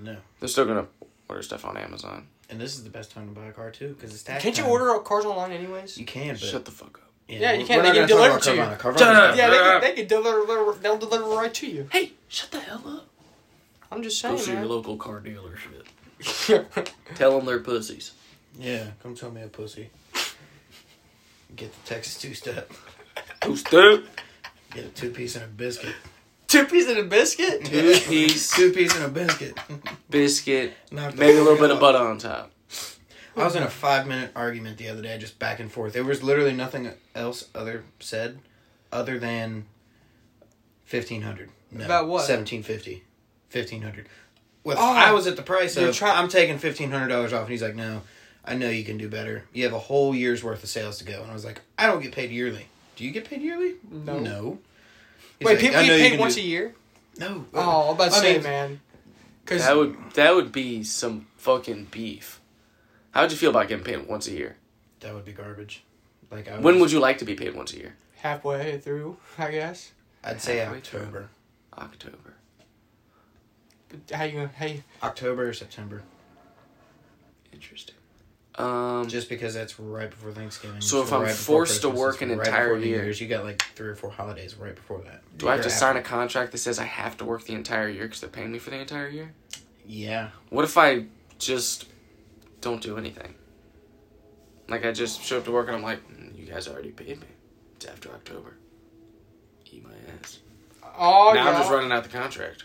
S3: No.
S1: They're still gonna order stuff on Amazon.
S3: And this is the best time to buy a car too, because it's tax.
S2: Can't you
S3: time.
S2: order cars online anyways?
S3: You can, but
S1: Shut the fuck up.
S2: Yeah, you
S3: we're-
S2: can.
S3: we're
S2: They
S3: not gonna
S2: get
S3: talk
S2: delivered to
S3: about Carvana.
S1: you.
S3: Carvana's
S1: Yeah.
S2: Yeah, they can, they can deliver. They'll deliver right to you.
S1: Hey, shut the hell up.
S2: I'm just
S1: Go
S2: saying.
S1: to your
S2: man.
S1: local car dealership. Tell them they're pussies.
S3: not- Yeah, come tell me a pussy. Get the Texas two step.
S1: Two step,
S3: Get a two piece and a biscuit.
S2: Two pieces of biscuit.
S1: two piece
S3: Two piece and a biscuit.
S1: biscuit,
S3: Knock the
S1: maybe a little
S3: fuck
S1: bit of
S3: out.
S1: butter on top.
S3: I was in a five minute argument the other day, just back and forth. There was literally nothing else other said, other than fifteen hundred. No,
S2: About what?
S3: Seventeen fifty. Fifteen hundred. With
S2: Oh,
S3: I was at the price
S2: you're
S3: of.
S2: try-
S3: I'm taking fifteen hundred dollars off, and he's like, "No, I know you can do better. You have a whole year's worth of sales to go." And I was like, "I don't get paid yearly. Do you get paid yearly?
S2: No.
S3: No. He's
S2: Wait,
S3: like,
S2: people
S3: "I know
S2: get
S3: you
S2: paid
S3: can
S2: once
S3: do-
S2: a year.
S3: No.
S2: Oh, I'm about to
S3: I
S2: say,
S3: mean,
S2: man.
S1: That
S2: Because
S1: would that would be some fucking beef. How would you feel about getting paid once a year?
S3: That would be garbage. Like I was,
S1: When would you like to be paid once a year?
S2: halfway through, I guess.
S3: I'd say
S1: Halfway through.
S3: October,
S1: October.
S2: But How you gonna? Hey,
S3: October or September.
S1: Interesting. Um,
S3: just because that's right before Thanksgiving.
S1: So if
S3: it's
S1: I'm
S3: right before
S1: forced to
S3: Christmas,
S1: work
S3: it's
S1: an
S3: right
S1: entire
S3: before New
S1: year-
S3: Year's, you got like three or four holidays right before that.
S1: do I have to sign a contract that says I have to work the entire year because they're paying me for the entire year?
S3: Yeah,
S1: What if I just don't do anything? Like I just show up to work and I'm like, "Mm, you guys already paid me. It's after October. Eat my ass.
S2: oh
S1: now
S2: yeah.
S1: I'm just running out the contract.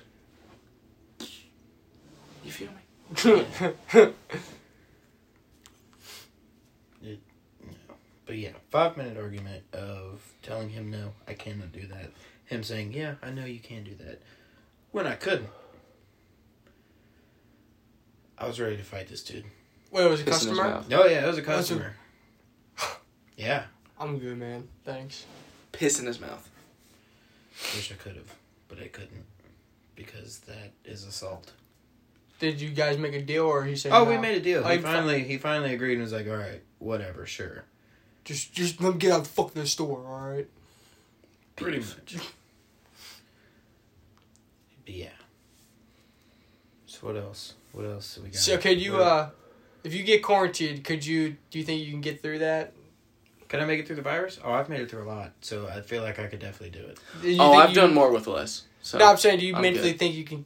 S1: You feel me?
S2: oh,
S3: but yeah, five minute argument of telling him no, I cannot do that. Him saying, yeah, I know you can do that, when I couldn't. I was ready to fight this dude.
S2: Wait, was it
S1: Piss in his
S2: customer?
S1: mouth.
S3: No, yeah, it was a
S2: That's a-
S3: customer. yeah,
S2: I'm good, man. Thanks.
S1: Piss in his mouth.
S3: wish I could have, but I couldn't because that is assault.
S2: Did you guys make a deal, or he said?
S3: Oh, we
S2: no?
S3: made a deal.
S2: Oh,
S3: He
S2: you fi-
S3: finally he finally agreed and was like, "All right, whatever, sure."
S2: Just, just let me get out the fuck this store. All right.
S3: Pretty
S1: Beef.
S3: much. But yeah. So what else? What else do we got?
S2: So could you,
S3: What-
S2: uh, if you get quarantined, could you? Do you think you can get through that?
S3: Can I make it through the virus? Oh, I've made it through a lot, so I feel like I could definitely do it.
S2: Do you
S1: Oh,
S2: think
S1: I've
S2: you-
S1: done more with less. So
S2: No, I'm saying, do you
S1: I'm
S2: mentally
S1: good.
S2: think you can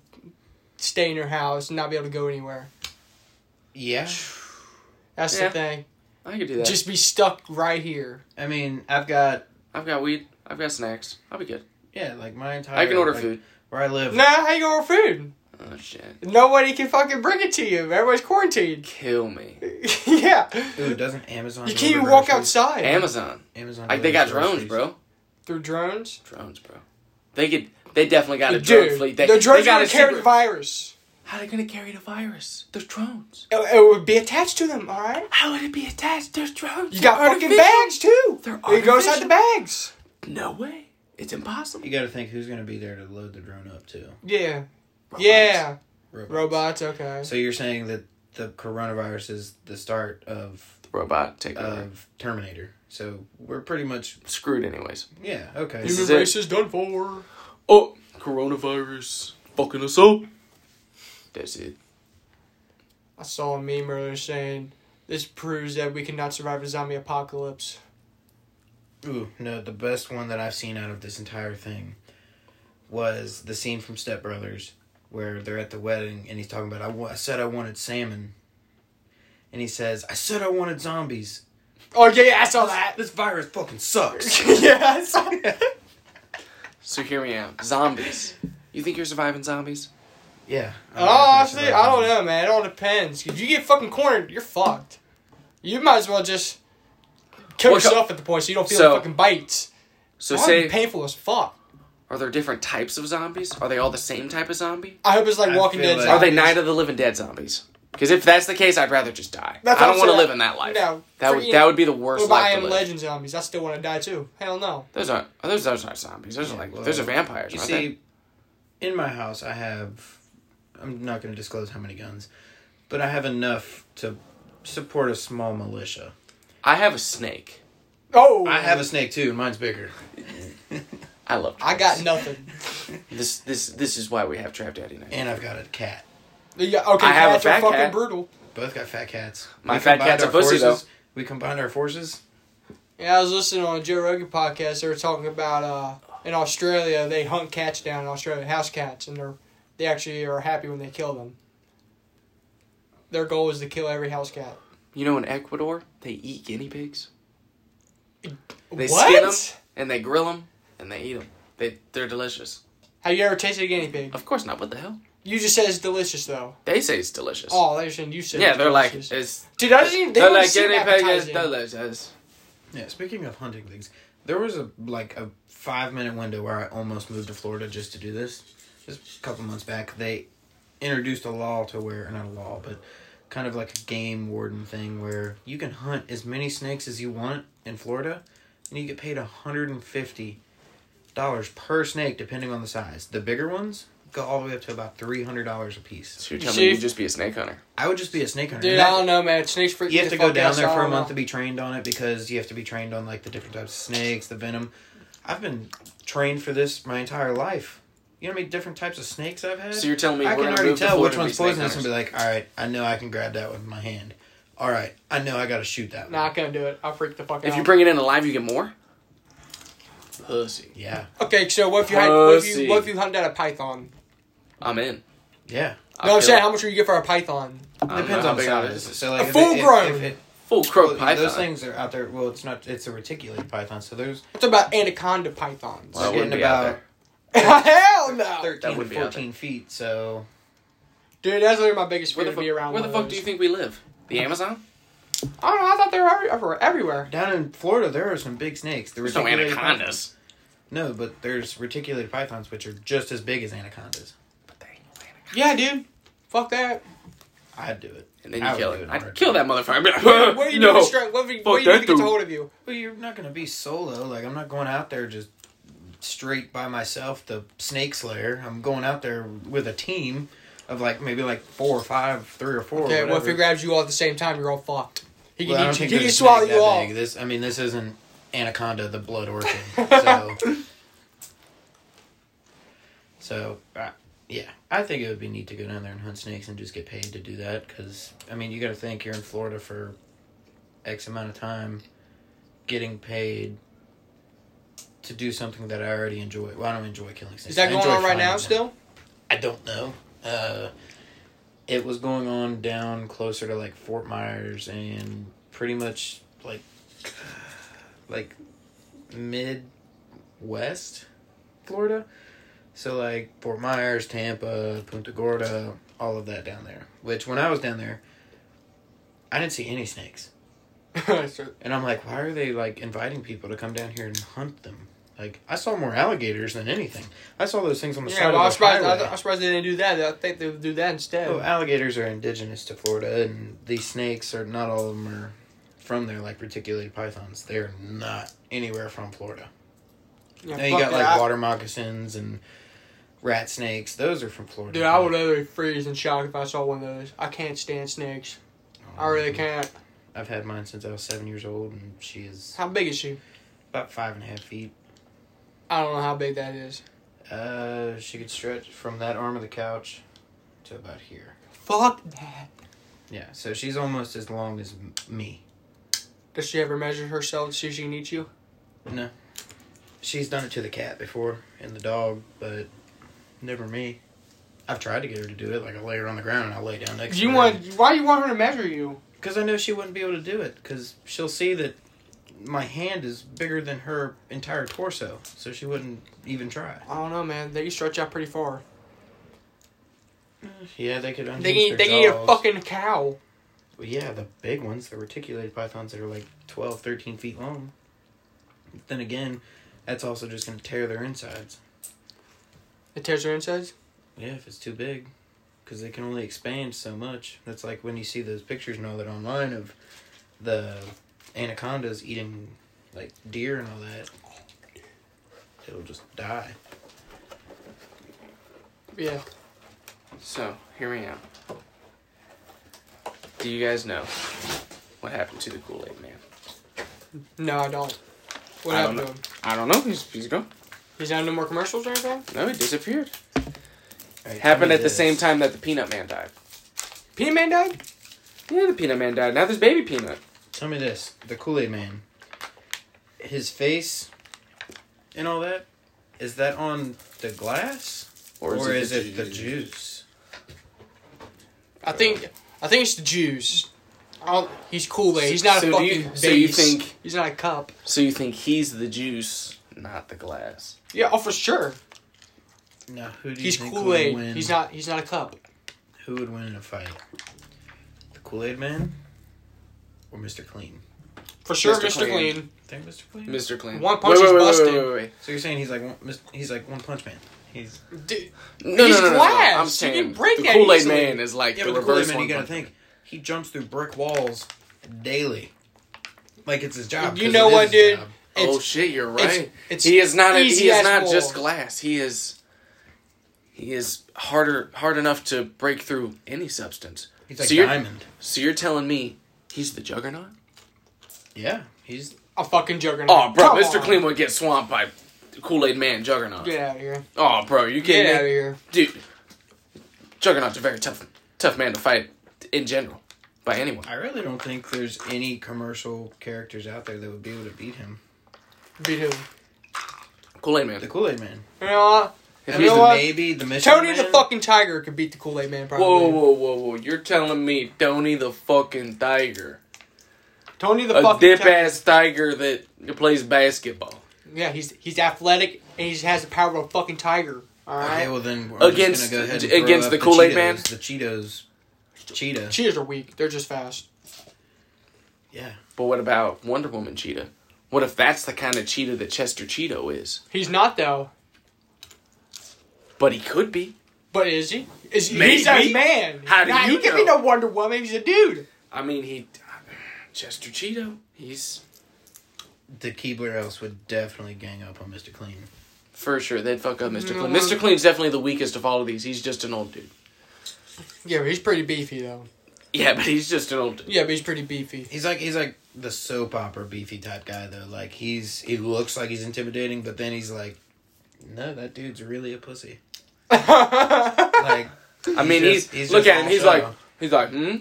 S2: stay in your house and not be able to go anywhere?
S3: Yeah.
S2: That's
S1: Yeah.
S2: the thing.
S1: I could do that.
S2: Just be stuck right here.
S3: I mean, I've got
S1: I've got weed. I've got snacks. I'll be good.
S3: yeah, like my entire.
S1: I can order
S3: like,
S1: food.
S3: where I live.
S2: Nah, how you order food?
S1: Oh shit!
S2: Nobody can fucking bring it to you. Everybody's quarantined.
S1: Kill me.
S2: yeah.
S3: Dude, doesn't Amazon?
S2: You
S3: deliver
S2: can't even walk
S3: groceries?
S2: outside.
S1: Amazon.
S3: Amazon.
S1: Like they got
S3: delivers
S1: drones,
S3: groceries.
S1: bro.
S2: Through drones?
S1: Drones, bro. They could. They definitely got a drone
S2: Dude,
S1: fleet. They,
S2: the drones
S1: they got
S2: are
S1: a
S2: gonna carry the
S1: secret-
S2: virus.
S1: How they gonna carry the virus? There's drones.
S2: It, it would be attached to them, alright?
S1: How would it be attached? There's drones.
S2: You got
S1: They're
S2: fucking
S1: artificial.
S2: bags too.
S1: They're
S2: You go inside the
S1: artificial.
S2: bags.
S1: No way. It's impossible.
S3: You got to think who's gonna be there to load the drone up to.
S2: Yeah. Yeah.
S3: Robots.
S2: Robots, okay.
S3: So you're saying that the coronavirus is the start of
S1: Robot take over.
S3: of Terminator. So we're pretty much
S1: Uh, Screwed, anyways.
S3: yeah okay.
S1: This
S2: Human
S1: is
S2: race
S1: it.
S2: is done for.
S1: Oh, coronavirus fucking us up. That's it.
S2: I saw a meme earlier saying this proves that we cannot survive a zombie apocalypse.
S3: Ooh no, the best one that I've seen out of this entire thing was the scene from Step Brothers where they're at the wedding and he's talking about I, wa- I said I wanted salmon, and he says I said I wanted zombies.
S2: Oh yeah, yeah I saw that. Oh,
S3: This virus fucking sucks.
S2: yeah, I saw that.
S1: So hear me out. Zombies. You think you're surviving zombies?
S3: yeah.
S2: Honestly, Oh, I don't know, man. It all depends. If you get fucking cornered, you're fucked. You might as well just kill
S1: Well, co-
S2: yourself at the point so you don't feel
S1: So-
S2: the fucking bites.
S1: So
S2: That'd
S1: say,
S2: be painful as fuck.
S1: are there different types of zombies? Are they all the same type of zombie?
S2: I hope it's like
S3: I
S2: Walking
S3: feel
S2: Dead.
S3: like-
S1: Are they
S2: zombies.
S1: Night of the Living Dead zombies? Because if that's the case, I'd rather just die.
S2: That's
S1: I don't
S2: what I'm
S1: want to
S2: saying.
S1: live in that life.
S2: No.
S1: That would
S2: Freaking-
S1: that would be the
S2: What
S1: worst
S2: about I
S1: life to
S2: Am
S1: live.
S2: Legend zombies? I still want to die too. Hell no.
S1: Those aren't oh, those, those aren't zombies. Those are
S3: Yeah,
S1: like
S3: well,
S1: those are vampires.
S3: You
S1: aren't
S3: see, in my house, I have. I'm not going to disclose how many guns, but I have enough to support a small militia.
S1: they? I have a snake.
S2: Oh,
S3: I have a snake too, and mine's bigger.
S1: I love. Travis.
S2: I got nothing.
S1: This this this is why we have Trap Daddy Night.
S3: And I've got a cat.
S2: Yeah, okay,
S1: I have a
S2: cats are
S1: fat
S2: fucking
S1: cat.
S2: brutal.
S3: Both got fat cats.
S1: My fat
S3: combined
S1: cat's a
S3: our
S1: pussy,
S3: forces. We combined our forces.
S2: Yeah, I was listening on a Joe Rogan podcast. They were talking about uh, in Australia they hunt cats down in Australia, house cats, and they're they actually are happy when they kill them. Their goal is to kill every house cat.
S1: You know, in Ecuador, they eat guinea pigs. They
S2: what?
S1: skin 'em. and they grill them and they eat them. They they're delicious.
S2: Have you ever tasted a guinea pig?
S1: Of course not. What the hell?
S2: You just said it's delicious though.
S1: They say it's delicious.
S2: Oh, they're saying you said
S1: yeah,
S2: it's
S1: they're like
S2: delicious.
S1: it's.
S2: dude. I didn't even. They
S1: they're
S2: don't
S1: like
S2: seem
S1: guinea pig is
S2: appetizing.
S1: delicious.
S3: Yeah, speaking of hunting things, there was a like a five minute window where I almost moved to Florida just to do this. Just a couple months back, they introduced a law to where not a law, but kind of like a game warden thing where you can hunt as many snakes as you want in Florida, and you get paid hundred and fifty dollars per snake depending on the size. The bigger ones go all the way up to about three hundred dollars a piece.
S1: So you're
S2: You
S1: telling
S2: see?
S1: me you just be a snake hunter?
S3: I would just be a snake hunter.
S2: Dude,
S3: And that-
S2: I don't know, man. Snakes freak
S3: you
S2: me
S3: have
S2: the
S3: to go
S2: fuck out,
S3: down
S2: so
S3: there
S2: I
S3: for a
S2: don't
S3: month
S2: know.
S3: to be trained on it because you have to be trained on like the different types of snakes, the venom. I've been trained for this my entire life. You know how many different types of snakes I've had?
S1: So you're telling me
S3: I
S1: we're
S3: can
S1: gonna
S3: already
S1: move to
S3: tell
S1: Florida
S3: which
S1: to be
S3: one's
S1: snake
S3: poisonous and
S1: hunters.
S3: be like, all right, I know I can grab that with my hand. All right, I know I got to shoot that one.
S2: Nah, I can't do it. I freak the fuck out.
S1: If you bring it in alive, you get more. Pussy.
S3: Yeah,
S2: okay, so what if you had what if
S1: Pussy.
S2: you what if you hunted out a python?
S1: I'm in.
S3: yeah.
S1: I
S2: no, I'm
S1: feel
S2: saying
S1: it.
S2: how much would you get for a python?
S1: I don't know
S3: Depends
S1: how
S3: on
S1: big it
S3: size.
S1: is.
S3: So like
S2: A
S3: if it-
S2: full
S3: if-
S2: grown.
S3: If it,
S1: Full crow python.
S3: Those things are out there. Well, it's not. It's a reticulated python. So there's
S2: What's about anaconda pythons?
S1: Well, I
S3: Getting
S1: wouldn't be out
S3: about-
S1: there.
S2: Hell no,
S1: That
S3: 13,
S1: would be out
S3: 14 feet. So
S2: dude. That's literally my biggest
S1: Where
S2: fear
S1: the,
S2: to be
S1: fuck,
S2: around.
S1: where the
S2: one of
S1: fuck do
S2: those.
S1: you think we live? The Amazon?
S2: I don't know. I thought they were every- everywhere. everywhere.
S3: down in Florida, there are some big snakes. The
S1: There's no
S3: reticulated pythons.
S1: anacondas.
S3: No, but there's reticulated pythons which are just as big as anacondas.
S1: But they ain't no anacondas.
S2: Yeah, dude. Fuck that.
S3: I'd do it.
S1: And then
S3: I
S1: you
S3: would
S1: kill
S3: do
S1: it.
S3: in a
S1: I'd
S3: heartbeat.
S1: kill that motherfucker. I'd be like,
S2: What do you
S1: no.
S2: do to strike? What do you,
S1: Fuck
S2: what do you do
S1: that
S2: to get
S1: dude.
S2: a hold of you?
S3: Well, you're not gonna be solo. Like I'm not going out there just straight by myself, the snake slayer. I'm going out there with a team of like maybe like four or five, three or four.
S2: Okay,
S3: whatever.
S2: well if he grabs you all at the same time, you're all fucked. He can
S3: Well, I don't
S2: eat you.
S3: think
S2: He
S3: there's
S2: can
S3: a
S2: swallow
S3: snake
S2: you
S3: that
S2: all.
S3: big. This, I mean, this isn't anaconda, the blood orchid. So, so uh, yeah, I think it would be neat to go down there and hunt snakes and just get paid to do that. Because I mean, you got to think you're in Florida for X amount of time, getting paid to do something that I already enjoy. Well, I don't enjoy killing snakes.
S2: Is
S3: I
S2: that going
S3: enjoy
S2: on right
S3: finding
S2: now
S3: them.
S2: still?
S3: I don't know. Uh, it was going on down closer to like Fort Myers and pretty much like like midwest Florida. So like Fort Myers, Tampa, Punta Gorda, all of that down there. Which when I was down there, I didn't see any snakes. And I'm like, why are they like inviting people to come down here and hunt them? Like I saw more alligators than anything. I saw those things on the
S2: Yeah,
S3: side
S2: well, I was
S3: of the
S2: surprised.
S3: highway.
S2: I was surprised they didn't do that. I think they would do that instead.
S3: Oh, alligators are indigenous to Florida, and these snakes are not all of them are from there, like reticulated pythons. They're not anywhere from Florida.
S2: yeah,
S3: Now you
S2: fuck
S3: got
S2: that.
S3: like
S2: I-
S3: water moccasins and rat snakes. Those are from Florida.
S2: Dude, I would literally freeze in shock if I saw one of those. I can't stand snakes. I really can't.
S3: Um, I've had mine since I was seven years old, and she is
S2: How big is she?
S3: about five and a half feet.
S2: I don't know how big that is.
S3: Uh, she could stretch from that arm of the couch to about here.
S2: Fuck that.
S3: Yeah, so she's almost as long as m- me.
S2: Does she ever measure herself to see if she can eat you?
S3: She's done it to the cat before and the dog, but never me. I've tried to get her to do it. Like I lay her on the ground and I lay down next.
S2: You
S3: to
S2: want? Why you want her to measure you?
S3: Because I know she wouldn't be able to do it. Because she'll see that my hand is bigger than her entire torso, so she wouldn't even try.
S2: I don't know, man. They can stretch out pretty far.
S3: Yeah, they could.
S2: They
S3: unhinge
S2: can eat,
S3: their
S2: they can eat a
S3: jaws.
S2: fucking cow.
S3: Well, yeah, the big ones, the reticulated pythons that are like 12, 13 feet long. Then again, that's also just gonna tear their insides.
S2: It tears their insides.
S3: Yeah, if it's too big, because they can only expand so much. That's like when you see those pictures and all that online of the anacondas eating like deer and all that. It'll just die.
S2: Yeah.
S1: So, hear me out. Do you guys know what happened to the Kool Aid Man?
S2: No, I don't. What
S1: I don't
S2: happened
S1: know.
S2: to him?
S1: I don't know. He's, he's gone.
S2: He's not no more commercials or anything?
S1: No, he disappeared.
S3: Right,
S1: Happened
S3: I
S1: at
S3: need
S1: the
S3: this.
S1: same time that the Peanut Man died.
S2: Peanut Man died?
S1: Yeah, the Peanut Man died. Now there's Baby Peanut.
S3: Tell me this: the Kool Aid Man, his face, and all that. Is that on the glass, or, is, it, the juice?
S2: I think I think it's the Jews. I don't, he's Kool Aid. He's not
S1: So
S2: a
S1: do
S2: fucking
S1: you-
S2: base.
S1: so you think-
S2: he's not a cup?
S1: So you think he's the juice, not the glass?
S2: Yeah, oh for sure.
S3: Now, who do you
S2: He's
S3: think
S2: Kool Aid.
S3: would win?
S2: He's not. He's not a cup.
S3: Who would win in a fight? The Kool Aid Man, or Mr. Clean?
S2: For sure,
S1: Mr.
S2: Mr. Clean.
S1: Clean.
S3: I think Mr. Clean.
S1: Mr. Clean.
S2: One punch is busted.
S3: So you're saying he's like one, mis- he's like One Punch Man. He's
S2: Dude,
S1: No,
S2: He's
S1: no, no, no, no.
S2: glass. You
S1: I'm
S2: can
S1: saying
S2: break
S1: the
S2: that
S1: Kool Aid
S2: easily.
S1: Man is like
S3: yeah,
S1: the
S3: but the Kool
S1: reverse
S3: Aid Man. You
S1: one.
S3: gotta think he jumps through brick walls daily, like it's his job.
S2: You
S3: 'cause
S2: know
S3: it is
S2: what,
S3: his
S2: dude?
S3: job.
S1: oh
S2: it's-
S1: shit, you're
S2: it's-
S1: right.
S2: it's
S1: he is not. A, he
S2: easy
S1: is
S2: as
S1: not
S2: balls.
S1: just glass. He is. He is harder, hard enough to break through any substance.
S3: He's like
S1: so you're,
S3: diamond.
S1: So you're telling me he's the Juggernaut?
S3: Yeah, he's
S2: A fucking juggernaut.
S1: Oh, bro,
S2: Come
S1: Mr.
S2: on.
S1: Clean would get swamped by Kool Aid Man Juggernaut.
S2: Get out of here.
S1: Oh, bro, you
S2: Get out
S1: kidding
S2: of
S1: me,
S2: here.
S1: dude? Juggernaut's a very tough, tough man to fight in general by anyone.
S3: I really don't think there's any commercial characters out there that would be able to beat him.
S2: Beat who?
S1: Kool Aid Man.
S3: The Kool Aid Man.
S2: You know what?
S1: If
S3: I
S1: he's
S3: mean,
S1: the
S2: know what?
S3: Maybe the Mission
S2: Tony the
S3: Man.
S2: fucking Tiger could beat the Kool Aid Man. Probably.
S1: Whoa, whoa, whoa, whoa. You're telling me Tony the fucking Tiger.
S2: Tony the
S1: A
S2: fucking
S1: dip
S2: Tiger.
S1: ass tiger that plays basketball.
S2: Yeah, he's he's athletic and he has the power of a fucking tiger. All right.
S3: Okay, well then we're
S1: Against-
S3: just gonna go ahead and
S1: d-
S3: throw
S1: against
S3: up
S1: the Kool-Aid
S3: Cheetos-
S1: Man?
S3: The Cheetos. Cheetah.
S2: Cheetahs are weak. They're just fast.
S3: yeah.
S1: But what about Wonder Woman cheetah? What if that's the kind of cheetah that Chester Cheeto is?
S2: He's not though.
S1: But he could be.
S2: But is he? Is he?
S1: Maybe.
S2: He's a man.
S1: How do
S2: Nah,
S1: you
S2: He can be
S1: know?
S2: no Wonder Woman. He's a dude.
S1: I mean, he. Chester Cheeto. He's.
S3: The Keebler Elves would definitely gang up on Mr. Clean.
S1: For sure, they'd fuck up Mr.
S2: No,
S1: Clean.
S2: I'm-
S1: Mr. Clean's definitely the weakest of all of these. He's just an old dude.
S2: Yeah, but he's pretty beefy though.
S1: Yeah, but he's just an old dude.
S2: Yeah, but he's pretty beefy.
S3: He's like he's like the soap opera beefy type guy though. Like he's he looks like he's intimidating, but then he's like, no, that dude's really a pussy. Like
S1: I mean, he's,
S3: just- he's
S1: look
S3: just
S1: at him.
S3: all
S1: He's
S3: show.
S1: like, he's like, hmm.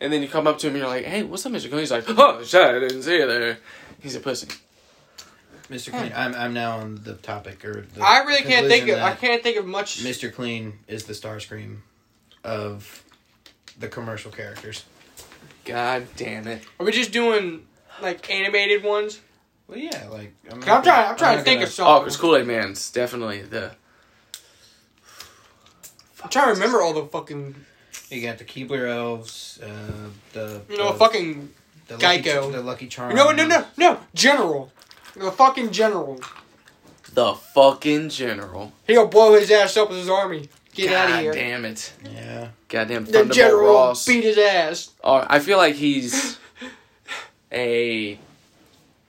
S1: And then you come up to him and you're like, hey, what's up, Mr. Clean? He's like, oh shit, I didn't see you there. He's a pussy.
S3: Mr. Clean. I'm I'm now on the topic or. The
S2: I really can't think of.
S3: conclusion
S2: I
S3: that-
S2: can't think of much.
S3: Mr. Clean is the star scream of the commercial characters.
S1: God damn it.
S2: Are we just doing like animated ones?
S3: Well, yeah, like I'm,
S2: I'm trying. I'm trying to think of
S1: Mm-hmm. Oh,
S2: something.
S1: because Kool Aid Man's definitely the.
S2: I'm trying to remember all the fucking.
S3: of. You got the Keebler elves, uh, the
S2: You know,
S3: the,
S2: fucking.
S3: the Lucky-
S2: Geico.
S3: the Lucky Charms.
S2: You know what? No, no, no. General. The fucking general.
S1: The fucking general.
S2: He'll blow his ass up with his army. Get out of
S1: God
S2: here.
S1: damn it.
S3: Yeah,
S1: Goddamn
S2: The
S1: Thunderbolt
S2: general
S1: Ross.
S2: beat his ass.
S1: Oh, I feel like he's a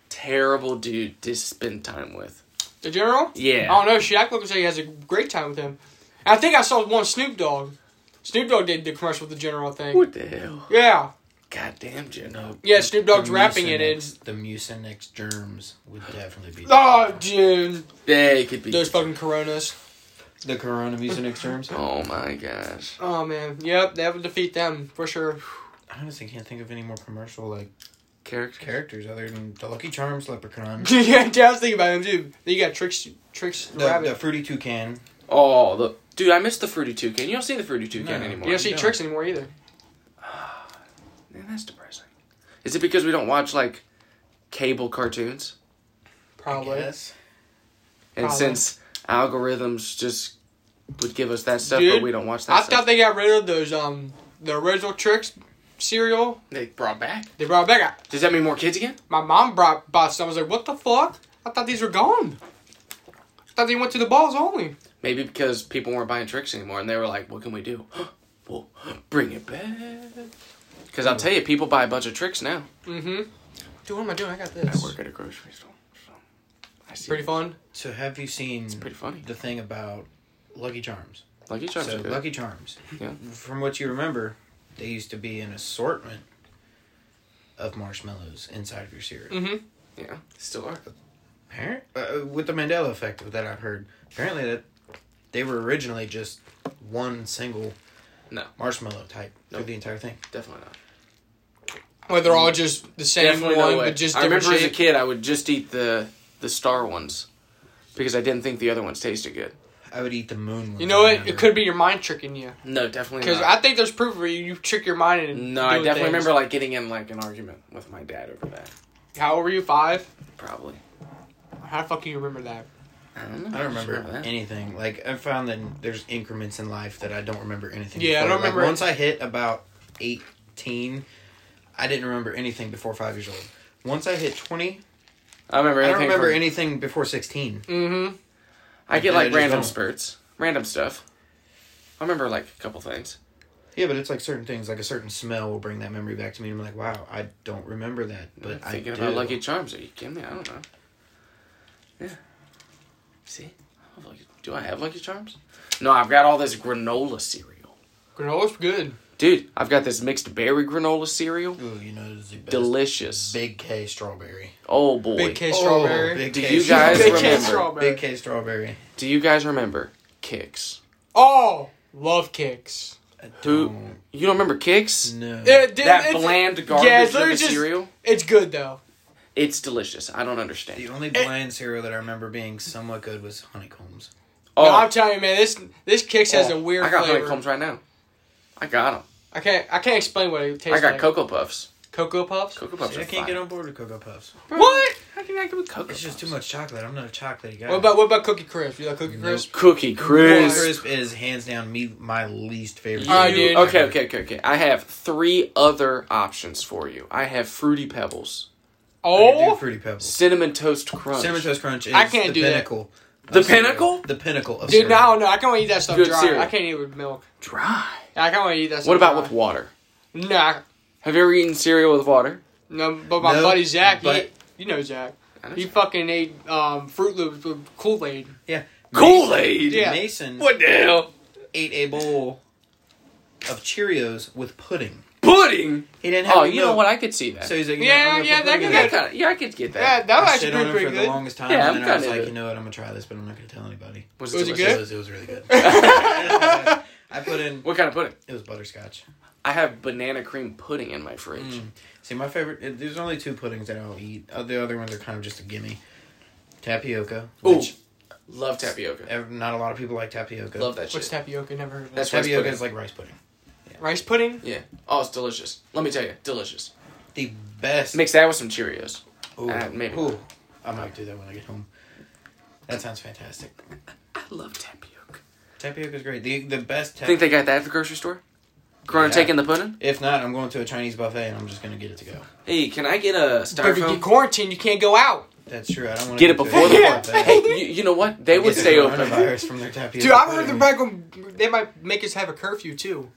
S1: terrible dude to spend time with.
S2: The general?
S1: Yeah.
S2: I don't know. Shaq looks like he has a great time with him. And I think I saw one Snoop Dogg. Snoop Dogg did the commercial with the general thing.
S1: What the hell?
S2: Yeah.
S1: Goddamn general.
S2: Yeah, Snoop Dogg's
S3: The
S2: rapping it in.
S3: Mucinex- The Mucinex germs would definitely be.
S2: Oh, dude.
S1: Yeah, it could be.
S2: Those fucking coronas.
S3: the Corona Mucinex germs.
S1: Oh my gosh.
S2: Oh, man. Yep, that would defeat them for sure.
S3: I honestly can't think of any more commercial like
S1: Character.
S3: characters other than the Lucky Charms, Leprechaun,
S2: yeah, I was thinking about him, too. Then you got Tricks, Tricks the,
S3: the,
S2: Rabbit.
S3: the Fruity Toucan.
S1: Oh, the dude, I missed the Fruity Toucan. You don't see the Fruity Toucan
S3: No.
S1: anymore.
S2: you don't see
S3: No.
S2: Tricks anymore either.
S1: Man, that's depressing. Is it because we don't watch like cable cartoons?
S2: Probably.
S3: Yes.
S1: And
S2: Probably.
S1: since algorithms just would give us that stuff,
S2: Dude,
S1: but we don't watch that
S2: I
S1: stuff.
S2: thought they got rid of those, um, the original Tricks cereal.
S1: they brought back.
S2: They brought it back.
S1: Does that mean more kids again?
S2: My mom brought bought some. I was like, what the fuck? I thought these were gone. I thought they went to the balls only.
S1: Maybe because people weren't buying tricks anymore, and they were like, "What can we do? well, bring it back." Because I'll tell you, people buy a bunch of tricks now.
S2: Mm-hmm. Dude, what am I doing? I got
S1: I
S2: this.
S1: work at a grocery store, so I see.
S2: Pretty fun.
S3: So have you seen
S1: pretty funny.
S3: the thing about Lucky Charms?
S1: Lucky Charms
S3: so
S1: are good.
S3: Lucky Charms.
S1: Yeah.
S3: From what you remember, they used to be an assortment of marshmallows inside of your cereal.
S2: Mm-hmm.
S1: yeah, still are.
S3: Apparent, uh, with the Mandela effect that I've heard, apparently that they were originally just one single
S1: No.
S3: marshmallow type through
S1: Nope.
S3: the entire thing.
S1: Definitely not.
S2: Well, they're all just the same
S1: Definitely
S2: one,
S1: no way.
S2: but just
S1: I
S2: different
S1: remember as a
S2: shape.
S1: kid, I would just eat the the star ones because I didn't think the other ones tasted good.
S3: I would eat the moon.
S2: You know what? It could be your mind tricking you.
S1: No, definitely
S2: Because
S1: not.
S2: I think there's proof where you, you trick your mind and
S1: no, I
S2: doing
S1: definitely
S2: things.
S1: remember like getting in like an argument with my dad over that.
S2: How old were you? Five?
S1: Probably.
S2: How the fuck do you remember that?
S1: I don't know.
S3: I don't remember
S1: Sure that.
S3: anything. Like I found that there's increments in life that I don't remember anything.
S2: Yeah, I
S3: before.
S2: don't
S3: Like,
S2: remember-
S3: once I hit about eighteen, I didn't remember anything before five years old. Once I hit twenty,
S1: I don't remember
S3: I
S1: anything.
S3: don't remember
S1: from-
S3: anything before sixteen.
S2: Mm-hmm.
S1: I get
S3: Yeah, I
S1: like
S3: just
S1: random
S3: don't.
S1: spurts, random stuff. I remember like a couple things.
S3: Yeah, but it's like certain things, like a certain smell, will bring that memory back to me. And I'm like, wow, I don't remember that, but I
S1: thinking
S3: do.
S1: about Lucky Charms. Are you kidding me? I don't know. Yeah. See, I have Lucky- do I have Lucky Charms? No, I've got all this granola cereal,
S2: Granola's good.
S1: dude. I've got this mixed berry granola cereal.
S3: Ooh, you know, it's the best.
S1: Delicious.
S3: Big K strawberry.
S1: Oh boy.
S2: Big K strawberry.
S3: Big
S1: Do
S3: K
S1: you guys
S3: strawberry.
S1: Big K remember-
S2: strawberry.
S3: Big K strawberry.
S1: Do you guys remember Kicks?
S2: Oh, love kicks.
S1: Who? Eh, You don't remember Kicks?
S3: No.
S2: It-
S1: Mm.
S2: dude,
S1: That
S2: it's-
S1: bland garbage
S2: it's
S1: of
S2: literally
S1: a
S2: just-
S1: cereal.
S2: It's good though.
S1: It's delicious. I don't understand.
S3: The only bland cereal that I remember being somewhat good was honeycombs.
S1: Oh,
S2: No, I'm telling you, man. This this kicks has
S1: oh,
S2: a weird
S1: I got
S2: flavor.
S1: honeycombs right now. I got them.
S2: I can't I can't explain what it tastes
S1: I got
S2: like.
S1: cocoa puffs.
S2: Cocoa puffs.
S1: Cocoa puffs.
S3: See,
S1: are
S3: I can't
S1: fire.
S3: get on board with Cocoa Puffs.
S2: what?
S1: How can I get with cocoa?
S3: It's just too
S1: Puffs?
S3: much chocolate. I'm not a chocolatey guy.
S2: What about what about Cookie Crisp? You like Cookie
S3: Nope.
S2: Crisp?
S1: Cookie
S3: Cookie
S1: Crisp.
S3: Crisp is hands down me my least favorite.
S1: You-
S2: Alright, dude.
S1: okay, okay, okay, okay. I have three other options for you. I have fruity pebbles,
S3: Oh,
S2: Oh,
S3: Fruity Pebbles.
S1: cinnamon toast crunch.
S3: Cinnamon Toast Crunch is
S2: I can't
S3: the
S2: do that.
S3: pinnacle. of
S1: The
S3: cereal.
S1: pinnacle?
S3: The pinnacle of
S2: dude,
S3: cereal.
S2: no, no, I can't want to eat that stuff
S1: Good
S2: dry.
S1: cereal.
S2: I can't eat it with milk.
S1: dry.
S2: I can't want to eat that. stuff
S1: What about
S2: dry.
S1: with water?
S2: Nah,
S1: Have you ever eaten cereal with water?
S2: no. But my
S3: No,
S2: buddy Zach,
S3: but-
S2: he, you know Zach,
S1: I know
S2: he
S1: Zach.
S2: fucking ate um, Fruit Loops with Kool Aid.
S3: Yeah.
S1: Kool Aid.
S2: Yeah.
S3: Mason
S1: What the hell?
S3: ate a bowl of Cheerios with pudding.
S1: Pudding.
S3: He didn't have
S1: Oh,
S3: any
S1: you know
S3: milk.
S1: what? I could see that.
S3: So he's like,
S2: Yeah, yeah, that
S3: that
S2: could
S1: yeah, I kinda- yeah, I could get that.
S2: Yeah, that was
S3: I
S2: actually
S3: shit on
S2: pretty,
S3: him for
S2: pretty
S3: the
S2: good.
S3: longest time,
S1: Yeah, I'm
S3: and then I was
S1: kinda
S3: like,
S1: into
S3: you know what? I'm gonna try this, but I'm not gonna tell anybody.
S2: Was it
S1: delicious.
S2: good?
S3: It was, it was really good. I put in.
S1: What kind of pudding?
S3: It was butterscotch. Mm.
S1: I have banana cream pudding in my fridge.
S3: See, my favorite. it- There's only two puddings that I'll eat. Uh, The other ones are kind of just a gimme. Tapioca.
S1: Ooh.
S3: Which
S1: Love tapioca.
S3: ev- not a lot of people like tapioca.
S1: Love that
S2: What's
S1: shit.
S2: tapioca? Never heard of that.
S1: That's rice
S3: Tapioca
S1: pudding.
S3: is like rice pudding.
S2: Rice pudding.
S1: yeah. Oh, it's delicious. Let me tell you, delicious.
S3: The best.
S1: Mix that with some Cheerios.
S3: Ooh.
S1: Uh, maybe.
S3: Ooh. I might do that when I get home. That sounds fantastic.
S1: I love tapioca.
S3: Tapioca is great. The the best. Tap-
S1: Think they got that at the grocery store? Corona
S3: Yeah.
S1: taking the pudding?
S3: if not, I'm going to a Chinese buffet and I'm just gonna get it to go.
S1: Hey, can I get a
S2: But if you
S1: styrofoam?
S2: get quarantined, you can't go out.
S3: That's true. I don't want
S1: Get it before the
S2: Yeah.
S1: buffet. Hey, you, you know what? They would stay open.
S3: Virus from their tapioca.
S2: Dude, I've heard they're
S3: pudding.
S2: back when they might make us have a curfew too.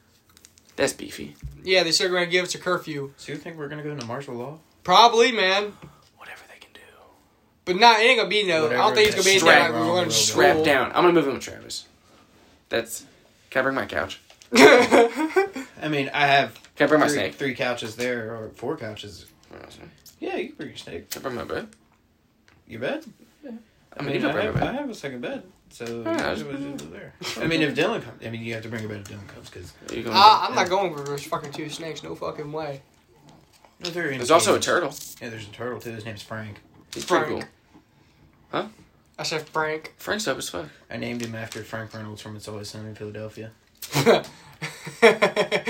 S1: That's beefy.
S2: Yeah, they said they're gonna give us a curfew.
S3: So you think we're gonna go into martial law?
S2: Probably, man.
S1: Whatever they can do.
S2: But not, it ain't gonna be no. I don't
S3: Whatever
S2: think it's gonna be anything like
S1: Strap-
S2: we're going to
S3: strap
S1: Strap
S2: school.
S1: down. I'm gonna move in with Travis. That's. Can I bring my couch?
S3: I mean, I have
S1: Can I bring my
S3: three,
S1: snake?
S3: three couches there or four couches. Yeah, you can bring your snake.
S1: Can I bring my bed?
S3: Your bed.
S1: I mean, you can
S3: I
S1: bring
S3: have,
S1: my
S3: I
S1: bed.
S3: have a second bed, so
S1: Yeah,
S3: you can just put it there. I mean, if Dylan comes, I mean, you have to bring a bed if Dylan comes because
S1: You can-
S2: Uh, I'm not going for those fucking two snakes. No fucking way.
S1: There's also a turtle.
S3: Yeah, there's a turtle too. His name's Frank.
S1: He's pretty
S2: Frank.
S1: cool.
S2: I said Frank.
S1: Frank's up as fuck.
S3: I named him after Frank Reynolds from It's Always Sunny in Philadelphia. I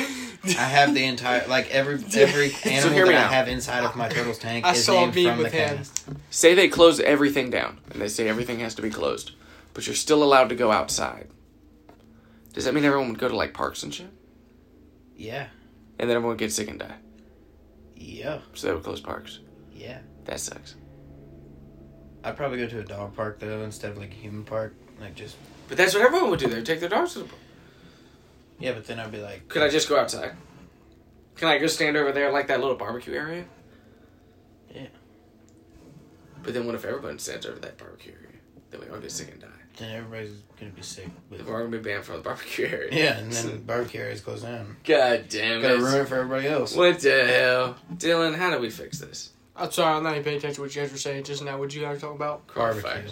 S2: I
S3: have the entire like every every animal
S1: hear me
S3: that I
S1: out.
S3: have inside of my turtle's tank is
S2: saw a
S3: named
S2: meme
S3: from the
S2: with him.
S3: cast.
S1: Say they close everything down, and they say everything has to be closed, but you're still allowed to go outside. Does that mean everyone would go to like parks and shit,
S3: Yeah,
S1: and then everyone would get sick and die?
S3: yeah,
S1: So they would close parks.
S3: yeah.
S1: That sucks.
S3: I'd probably go to a dog park though instead of like a human park. Like just
S1: But that's what everyone would do. They would take their dogs to the park.
S3: yeah, but then I'd be like,
S1: Could I just go outside? Can I go stand over there like that little barbecue area?
S3: Yeah.
S1: But then what if everyone stands over that barbecue area? Then we all get sick and die.
S3: then everybody's gonna be sick. With,
S1: Then We're all gonna be banned from the barbecue area.
S3: yeah, and then barbecue areas closed down.
S1: God damn
S3: Gotta
S1: it.
S3: ruin it for everybody else.
S1: What the hell? Dylan, how do we fix this?
S2: I'm sorry, I'm not even paying attention to what you guys were saying just now. What you guys were talking about?
S3: Barbecue.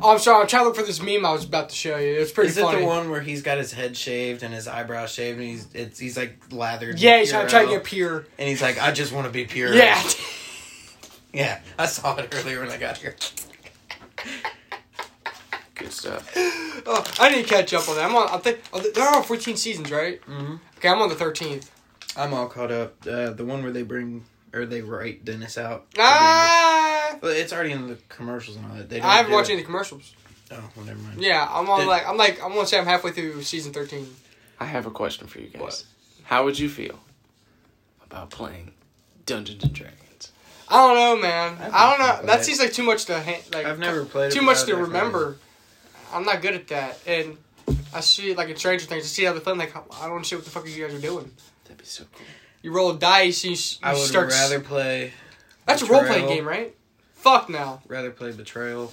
S2: Oh, I'm sorry. I'm trying to look for this meme I was about to show you. It's pretty
S3: Is
S2: funny.
S3: it the one where he's got his head shaved and his eyebrows shaved and he's it's, he's like lathered?
S2: Yeah,
S3: in
S2: he's trying to try to
S3: Purell
S2: get pure.
S3: and he's like, I just want to be uh, pure.
S2: Yeah.
S3: yeah. I saw it earlier when I got here.
S1: Good stuff.
S2: oh, I need to catch up on that. I'm on. I think oh, there are 14 seasons, right?
S3: Mhm.
S2: Okay, I'm on the 13th.
S3: I'm all caught up. Uh, the one where they bring or they write Dennis out.
S2: Ah,
S3: But it's already in the commercials and all that. They don't
S2: I haven't
S3: do
S2: watched
S3: it.
S2: any commercials.
S3: Oh, well, never mind.
S2: Yeah, I'm on
S3: Did-
S2: like I'm like I'm gonna say I'm halfway through season 13.
S1: I have a question for you guys.
S2: What?
S1: How would you feel about playing Dungeons and Dragons?
S2: I don't know, man.
S3: I've
S2: I don't
S3: never
S2: know. That
S3: played.
S2: seems like too much to ha- like.
S3: I've never played it,
S2: Too
S3: but
S2: much
S3: I've
S2: to
S3: definitely-
S2: remember. I'm not good at that, and I see like in Stranger Things, I see how they play. I'm Like I don't see what the fuck you guys are doing.
S1: That'd be so cool.
S2: You roll dice. You, s- you
S3: I would
S2: start. s-
S3: rather play
S2: That's a role playing
S3: Betrayal.
S2: game, right? Fuck now.
S3: rather play Betrayal,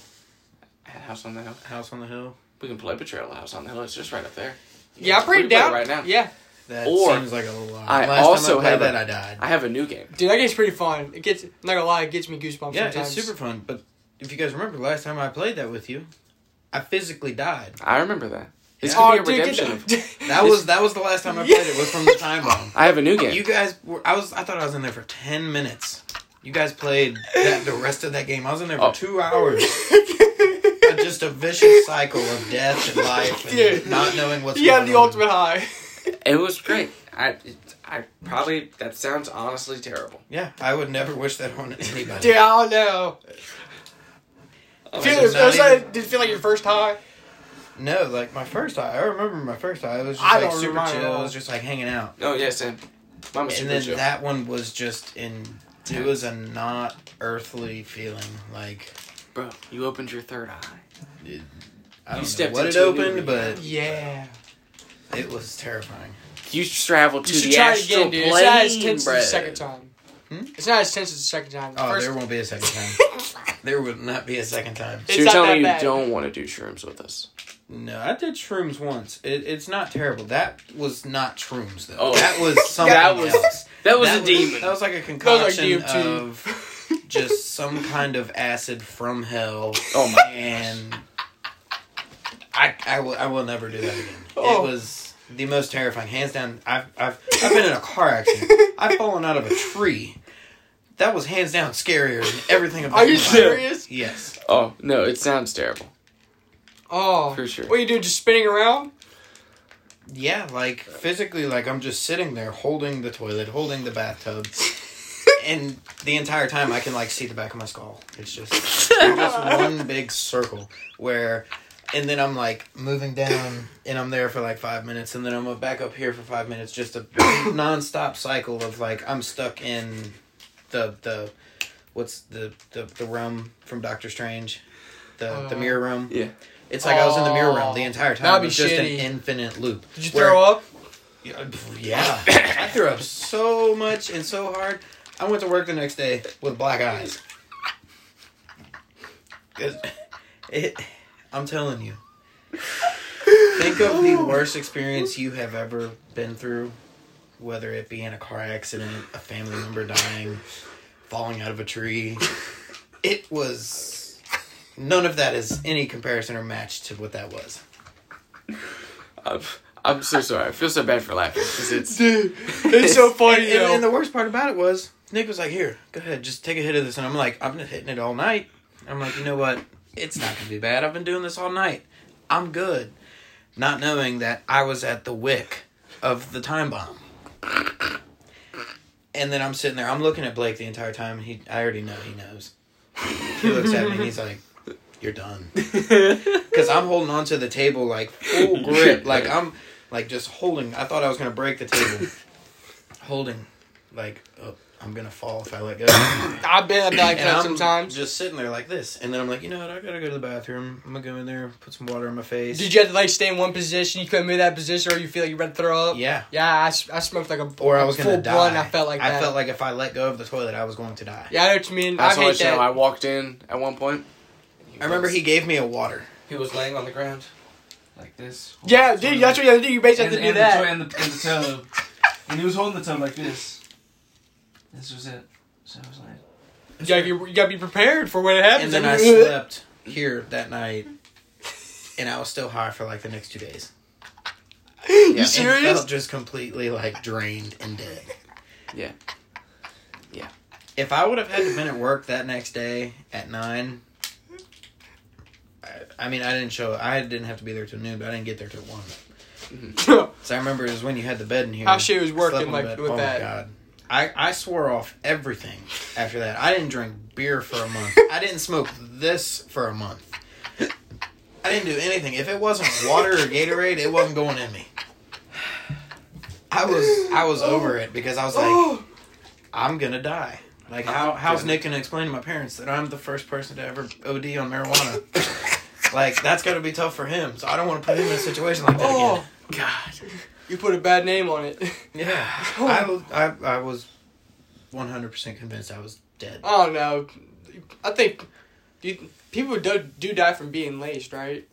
S1: House on the Hill.
S3: House on the Hill.
S1: We can play Betrayal at House on the Hill. It's just right up there.
S2: Yeah, I'm pretty
S1: we can play it
S2: down.
S1: right now.
S2: Yeah,
S3: That
S1: Or-
S3: seems like a lot.
S1: I
S3: Last
S1: also
S3: time I
S1: have
S3: played
S1: a-
S3: that, I died.
S1: I have a new game.
S2: dude, that game's pretty fun. It gets. I'm not gonna lie, it gets me goosebumps.
S3: Yeah,
S2: sometimes.
S3: it's super fun. But if you guys remember, last time I played that with you, I physically died.
S1: I remember that. This
S2: Oh,
S1: could
S2: dude,
S1: be a
S2: get
S1: redemption.
S2: the-
S1: of-
S3: That was that was the last time I played it. Was from the time bomb.
S1: I have a new game.
S3: You guys were. I was. I thought I was in there for ten minutes. You guys played that, the rest of that game. I was in there for
S1: Oh.
S3: two hours. Uh, Just a vicious cycle of death and life, and
S2: Dude.
S3: not knowing what's
S2: yeah,
S3: going
S2: the
S3: on.
S2: ultimate high.
S1: It was great. I, it, I probably that sounds honestly terrible.
S3: Yeah, I would never wish that on anybody.
S2: Dude, I don't know. Feel,
S3: there's
S2: it was
S3: not
S2: like-
S3: even-
S2: did it feel like your first high?
S3: No, like my first eye. I remember my first eye. It was just
S2: I
S3: like
S2: don't
S3: super
S2: remember at
S3: chill. It
S2: all.
S3: was just like hanging out.
S1: Oh yeah, Sam. Mama
S3: and
S1: Super
S3: then
S1: Joe.
S3: that one was just in it was a not earthly feeling like
S1: Bro, you opened your third eye.
S3: I don't know
S1: stepped
S3: what it
S1: into a new
S3: opened, but
S1: reality.
S2: Yeah.
S3: it was terrifying.
S1: You traveled to
S2: You should
S1: the
S2: try it
S1: astral
S2: again, dude.
S1: plane,
S2: It's not as tense
S1: bro.
S2: as the second time.
S3: Hmm?
S2: It's not as tense as the second time. The
S3: Oh,
S2: first,
S3: there won't be a second time. there will not be a second time.
S1: So
S2: It's
S1: you're
S2: not
S1: telling
S2: that
S1: me you
S2: bad.
S1: don't want to do shrooms with us?
S3: No, I did shrooms once. It, it's not terrible. That was not shrooms though.
S1: Oh.
S3: That was something
S1: That was-
S3: else.
S1: That was a demon.
S3: That was like a
S2: was like
S3: concoction
S2: DMT.
S3: of just some kind of acid from hell.
S1: oh my.
S3: and I, I, will, I will never do that again.
S2: Oh.
S3: It was the most terrifying, hands down. I've, I've, I've been in a car accident. I've fallen out of a tree. That was hands down scarier than everything. I've
S2: Are
S3: done
S2: you
S3: in my life.
S2: serious?
S3: Yes.
S1: Oh no, it sounds terrible.
S2: Oh.
S1: For sure.
S2: What you do? Just spinning around?
S3: Yeah, like physically, like I'm just sitting there holding the toilet, holding the bathtub, and the entire time I can like see the back of my skull. It's just, it's just one big circle where, and then I'm like moving down, and I'm there for like five minutes, and then I'm back up here for five minutes. Just a nonstop cycle of like I'm stuck in the the what's the the, the room from Doctor Strange, the the
S2: Uh,
S3: mirror room.
S1: Yeah.
S3: It's like I was in the mirror room the
S2: Oh,
S3: entire time.
S2: that'd be
S3: It was just
S2: shitty.
S3: an infinite loop.
S2: Did you
S3: where-
S2: throw up?
S3: yeah, yeah. I threw up so much and so hard. I went to work the next day with black eyes. 'Cause It, I'm telling you. Think of the worst experience you have ever been through, whether it be in a car accident, a family member dying, falling out of a tree. It was. None of that is any comparison or match to what that was.
S1: I'm, I'm so sorry. I feel so bad for laughing because it's
S2: Dude, it's so funny,
S3: and, and-
S2: though.
S3: and the worst part about it was Nick was like, "Here, go ahead, just take a hit of this," and I'm like, "I've been hitting it all night." I'm like, "You know what? It's not gonna be bad. I've been doing this all night. I'm good." Not knowing that I was at the wick of the time bomb. And then I'm sitting there. I'm looking at Blake the entire time. And he, I already know he knows. He looks at me and he's like, "You're done." Because I'm holding onto the table like full grip. Like I'm like just holding. I thought I was gonna break the table. holding, like oh, I'm gonna fall if I let go. and
S2: I've been, I've been like that
S3: I'm
S2: sometimes.
S3: just sitting there like this, and then I'm like, you know what? I gotta go to the bathroom. I'm gonna go in there, put some water on my face.
S2: Did you have to like stay in one position? You couldn't move that position, or you feel like you're ready to throw up?
S3: Yeah.
S2: Yeah, I, s- I smoked like a
S3: Or I was
S2: full
S3: gonna die.
S2: blunt. I felt like
S3: I
S2: that.
S3: felt like if I let go of the toilet, I was going to die.
S2: yeah, I know what you mean.
S1: That's
S2: I
S1: how
S2: hate
S1: much you know.
S2: that.
S1: I walked in at one point.
S3: I remember he gave me a water.
S1: he was laying on the ground like this.
S2: yeah, dude, that's what you have to do. You basically have to do that.
S4: The, and, the, and the toe. And he was holding the toe like this. This was it. So I was like,
S2: You gotta, be, you gotta be prepared for when it happens.
S3: and then I slept here that night, and I was still high for like the next two days.
S1: Yeah.
S2: you
S3: And
S2: serious?
S3: felt just completely like drained and dead.
S1: Yeah.
S3: If I would have had to been at work that next day at nine, I, I mean, I didn't show. I didn't have to be there till noon, but I didn't get there till one. So I remember it was when you had the bed in here.
S2: Mm-hmm. How she was
S3: Slept
S2: working,
S3: on
S2: like,
S3: bed.
S2: with
S3: oh
S2: that.
S3: My God. I, I swore off everything after that. I didn't drink beer for a month. I didn't smoke this for a month. I didn't do anything. If it wasn't water or Gatorade, it wasn't going in me. I was I was over it because I was
S2: Oh!
S3: like, I'm gonna die. Like how how's Nick gonna explain to my parents that I'm the first person to ever OD on marijuana? like that's gotta be tough for him. So I don't want to put him in a situation like that again.
S2: oh,
S1: God.
S2: you put a bad name on it.
S3: Yeah, I was, I, I was 100% convinced I was dead.
S2: I don't know. Oh, I think you, people do, do die from being laced, right?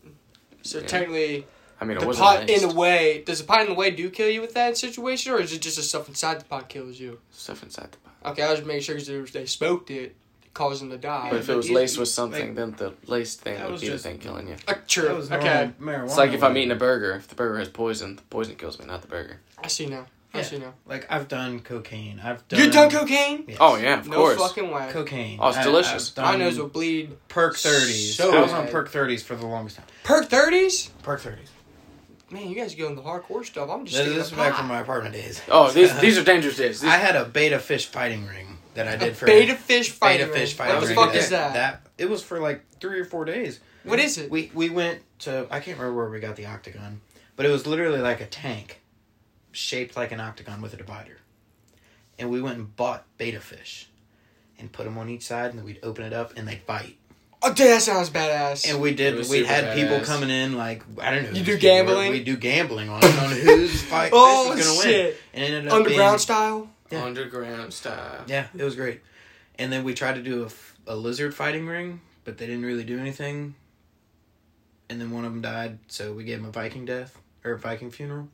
S2: So
S1: Yeah.
S2: technically,
S1: I mean, it
S2: the
S1: wasn't
S2: pot
S1: nice.
S2: in a way does the pot in the way do kill you with that situation, or is it just the stuff inside the pot kills you?
S1: Stuff inside the pot.
S2: Okay, I was making sure because they smoked it, caused them to die.
S1: But if it
S3: but
S1: was
S3: you-
S1: laced with
S3: like-
S1: something, then the laced thing
S3: That
S1: would
S3: was
S1: be the
S3: just-
S1: thing killing you.
S2: Uh, true.
S3: That was normal
S2: Okay,
S3: marijuana.
S1: It's like if I'm eating a burger. If the burger has poison, the poison kills me, not the burger.
S2: I see now. I
S3: Yeah.
S2: see now.
S3: Like I've done cocaine. I've done.
S2: You done cocaine?
S3: Yes.
S1: Oh yeah, of
S2: no
S1: course.
S2: fucking way.
S3: Cocaine.
S1: Oh, it's
S3: I- I've
S1: delicious.
S3: done
S2: My nose will bleed.
S3: perk thirties.
S2: so
S3: I was on
S2: bad.
S3: perk thirties for the longest time.
S2: Perk thirties?
S3: Perk thirties.
S2: Man, you guys go in the hardcore stuff. I'm just.
S3: This,
S2: sticking
S3: this
S2: to
S3: is back
S2: pot.
S3: from my apartment days.
S1: Oh, these these are dangerous days. These,
S3: I had a beta fish fighting ring that I did
S2: A
S3: for
S2: beta fish
S3: beta
S2: fighting.
S3: fish
S2: ring.
S3: fighting
S2: What the
S3: ring.
S2: fuck is that?
S3: That it was for like three or four days.
S2: What is it?
S3: We we went to I can't remember where we got the octagon, but it was literally like a tank, shaped like an octagon with a divider, and we went and bought beta fish, and put them on each side, and then we'd open it up and they'd fight,
S2: Oh, dude, that sounds badass.
S3: and we
S1: It
S3: did.
S1: was
S3: We
S1: super
S3: had people
S1: badass.
S3: coming in like I don't know.
S2: You
S3: who's
S2: do
S3: getting- we're-
S2: gambling?
S3: We do gambling on, on whose fight
S2: Oh,
S3: fish is gonna win,
S2: shit.
S3: and it ended up
S2: Underground
S3: being-
S2: style.
S3: Yeah.
S1: Underground style.
S3: Yeah, it was great. And then we tried to do a f- a, lizard fighting ring, but they didn't really do anything. And then one of them died, so we gave him a Viking death or a Viking funeral.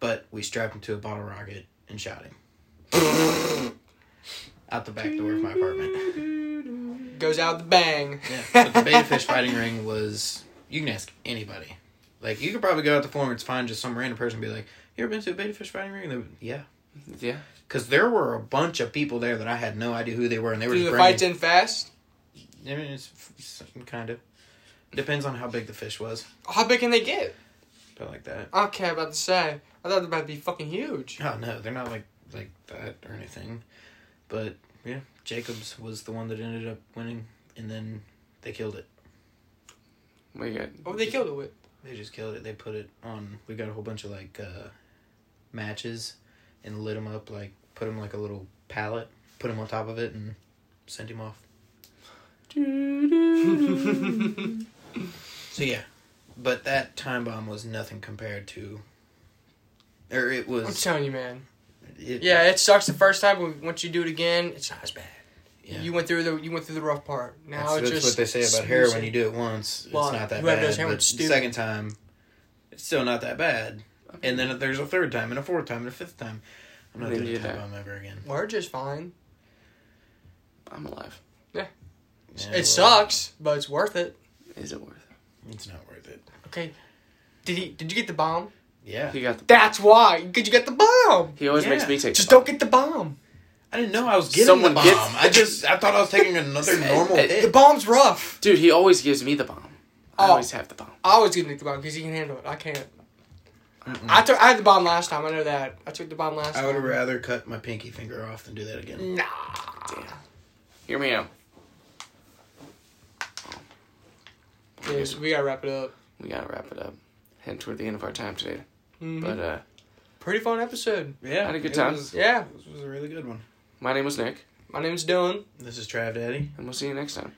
S3: But we strapped him to a bottle rocket and shot him out the back door of my apartment.
S2: Goes out the bang.
S3: Yeah, but the beta fish fighting ring was you can ask anybody. Like you could probably go out the forum and find just some random person and be like, "You ever been to a beta fish fighting ring?" And they would, yeah,
S1: Yeah.
S3: because there were a bunch of people there that I had no idea who they were, and they were
S2: Do
S3: just
S2: the
S3: bringing
S2: fights end fast?
S3: I mean, it's it's kind of depends on how big the fish was,
S2: How big can they get?
S3: but like that.
S2: Okay, about to say. I thought they might be fucking huge.
S3: Oh no, they're not like like that or anything. But yeah, Jacobs was the one that ended up winning, and then they killed it.
S1: We got.
S2: What were they killed it with?
S3: They just killed it. They put it on. We got a whole bunch of like uh, matches, and lit him up like put him like a little pallet, put him on top of it, and sent him off. So yeah, but that time bomb was nothing compared to. Or it
S2: I'm
S3: was.
S2: telling you, man.
S3: It,
S2: Yeah, it sucks the first time, but once you do it again, it's not as bad.
S3: yeah.
S2: You went through the you went through the rough part.
S3: That's,
S2: Now it's
S3: that's
S2: just
S3: what they say about hair. When you do it once,
S2: Well,
S3: it's not that
S2: whoever
S3: bad.
S2: does hair
S3: but
S2: would stew.
S3: second time, it's still not that bad. And then there's a third time, and a fourth time, and a fifth time. I'm not
S1: Then
S3: doing
S1: you
S3: a time
S1: die.
S3: bomb ever again.
S2: We're just fine.
S1: I'm alive.
S3: Yeah,
S2: it
S3: well,
S2: sucks, but it's worth it.
S1: Is it worth it?
S3: It's not worth it.
S2: Okay. Did he? Did you get the bomb?
S3: Yeah,
S1: He got the.
S2: That's why. Cause you got the bomb.
S1: He always
S3: Yeah.
S1: makes me take.
S2: Just
S1: the
S2: don't get the bomb.
S3: I didn't know I was getting
S1: Someone
S3: the bomb.
S1: gets-
S3: I just I thought I was taking another normal
S1: Hey,
S3: hit.
S1: hey,
S2: The bomb's rough.
S1: bomb. Dude, he always gives me the bomb. I
S2: Oh.
S1: always have the bomb.
S2: I always get Nick the bomb because he can handle it. I can't.
S3: Mm-mm.
S2: I took. I had the bomb last time. I know that. I took the bomb last
S3: I
S2: time.
S3: would have rather cut my pinky finger off than do that again.
S2: Nah.
S1: Hear me out.
S2: Yes, we gotta wrap it up.
S1: We gotta wrap it up. Heading toward the end of our time today.
S2: Mhm.
S3: Mm-hmm.
S1: But uh,
S2: Pretty fun episode.
S3: Yeah,
S1: Had a good
S3: it
S1: time.
S3: was-
S2: Yeah.
S3: this was a really good one.
S1: my name was Nick,
S2: My name's Dylan.
S3: This is Trav Daddy.
S1: and we'll see you next time.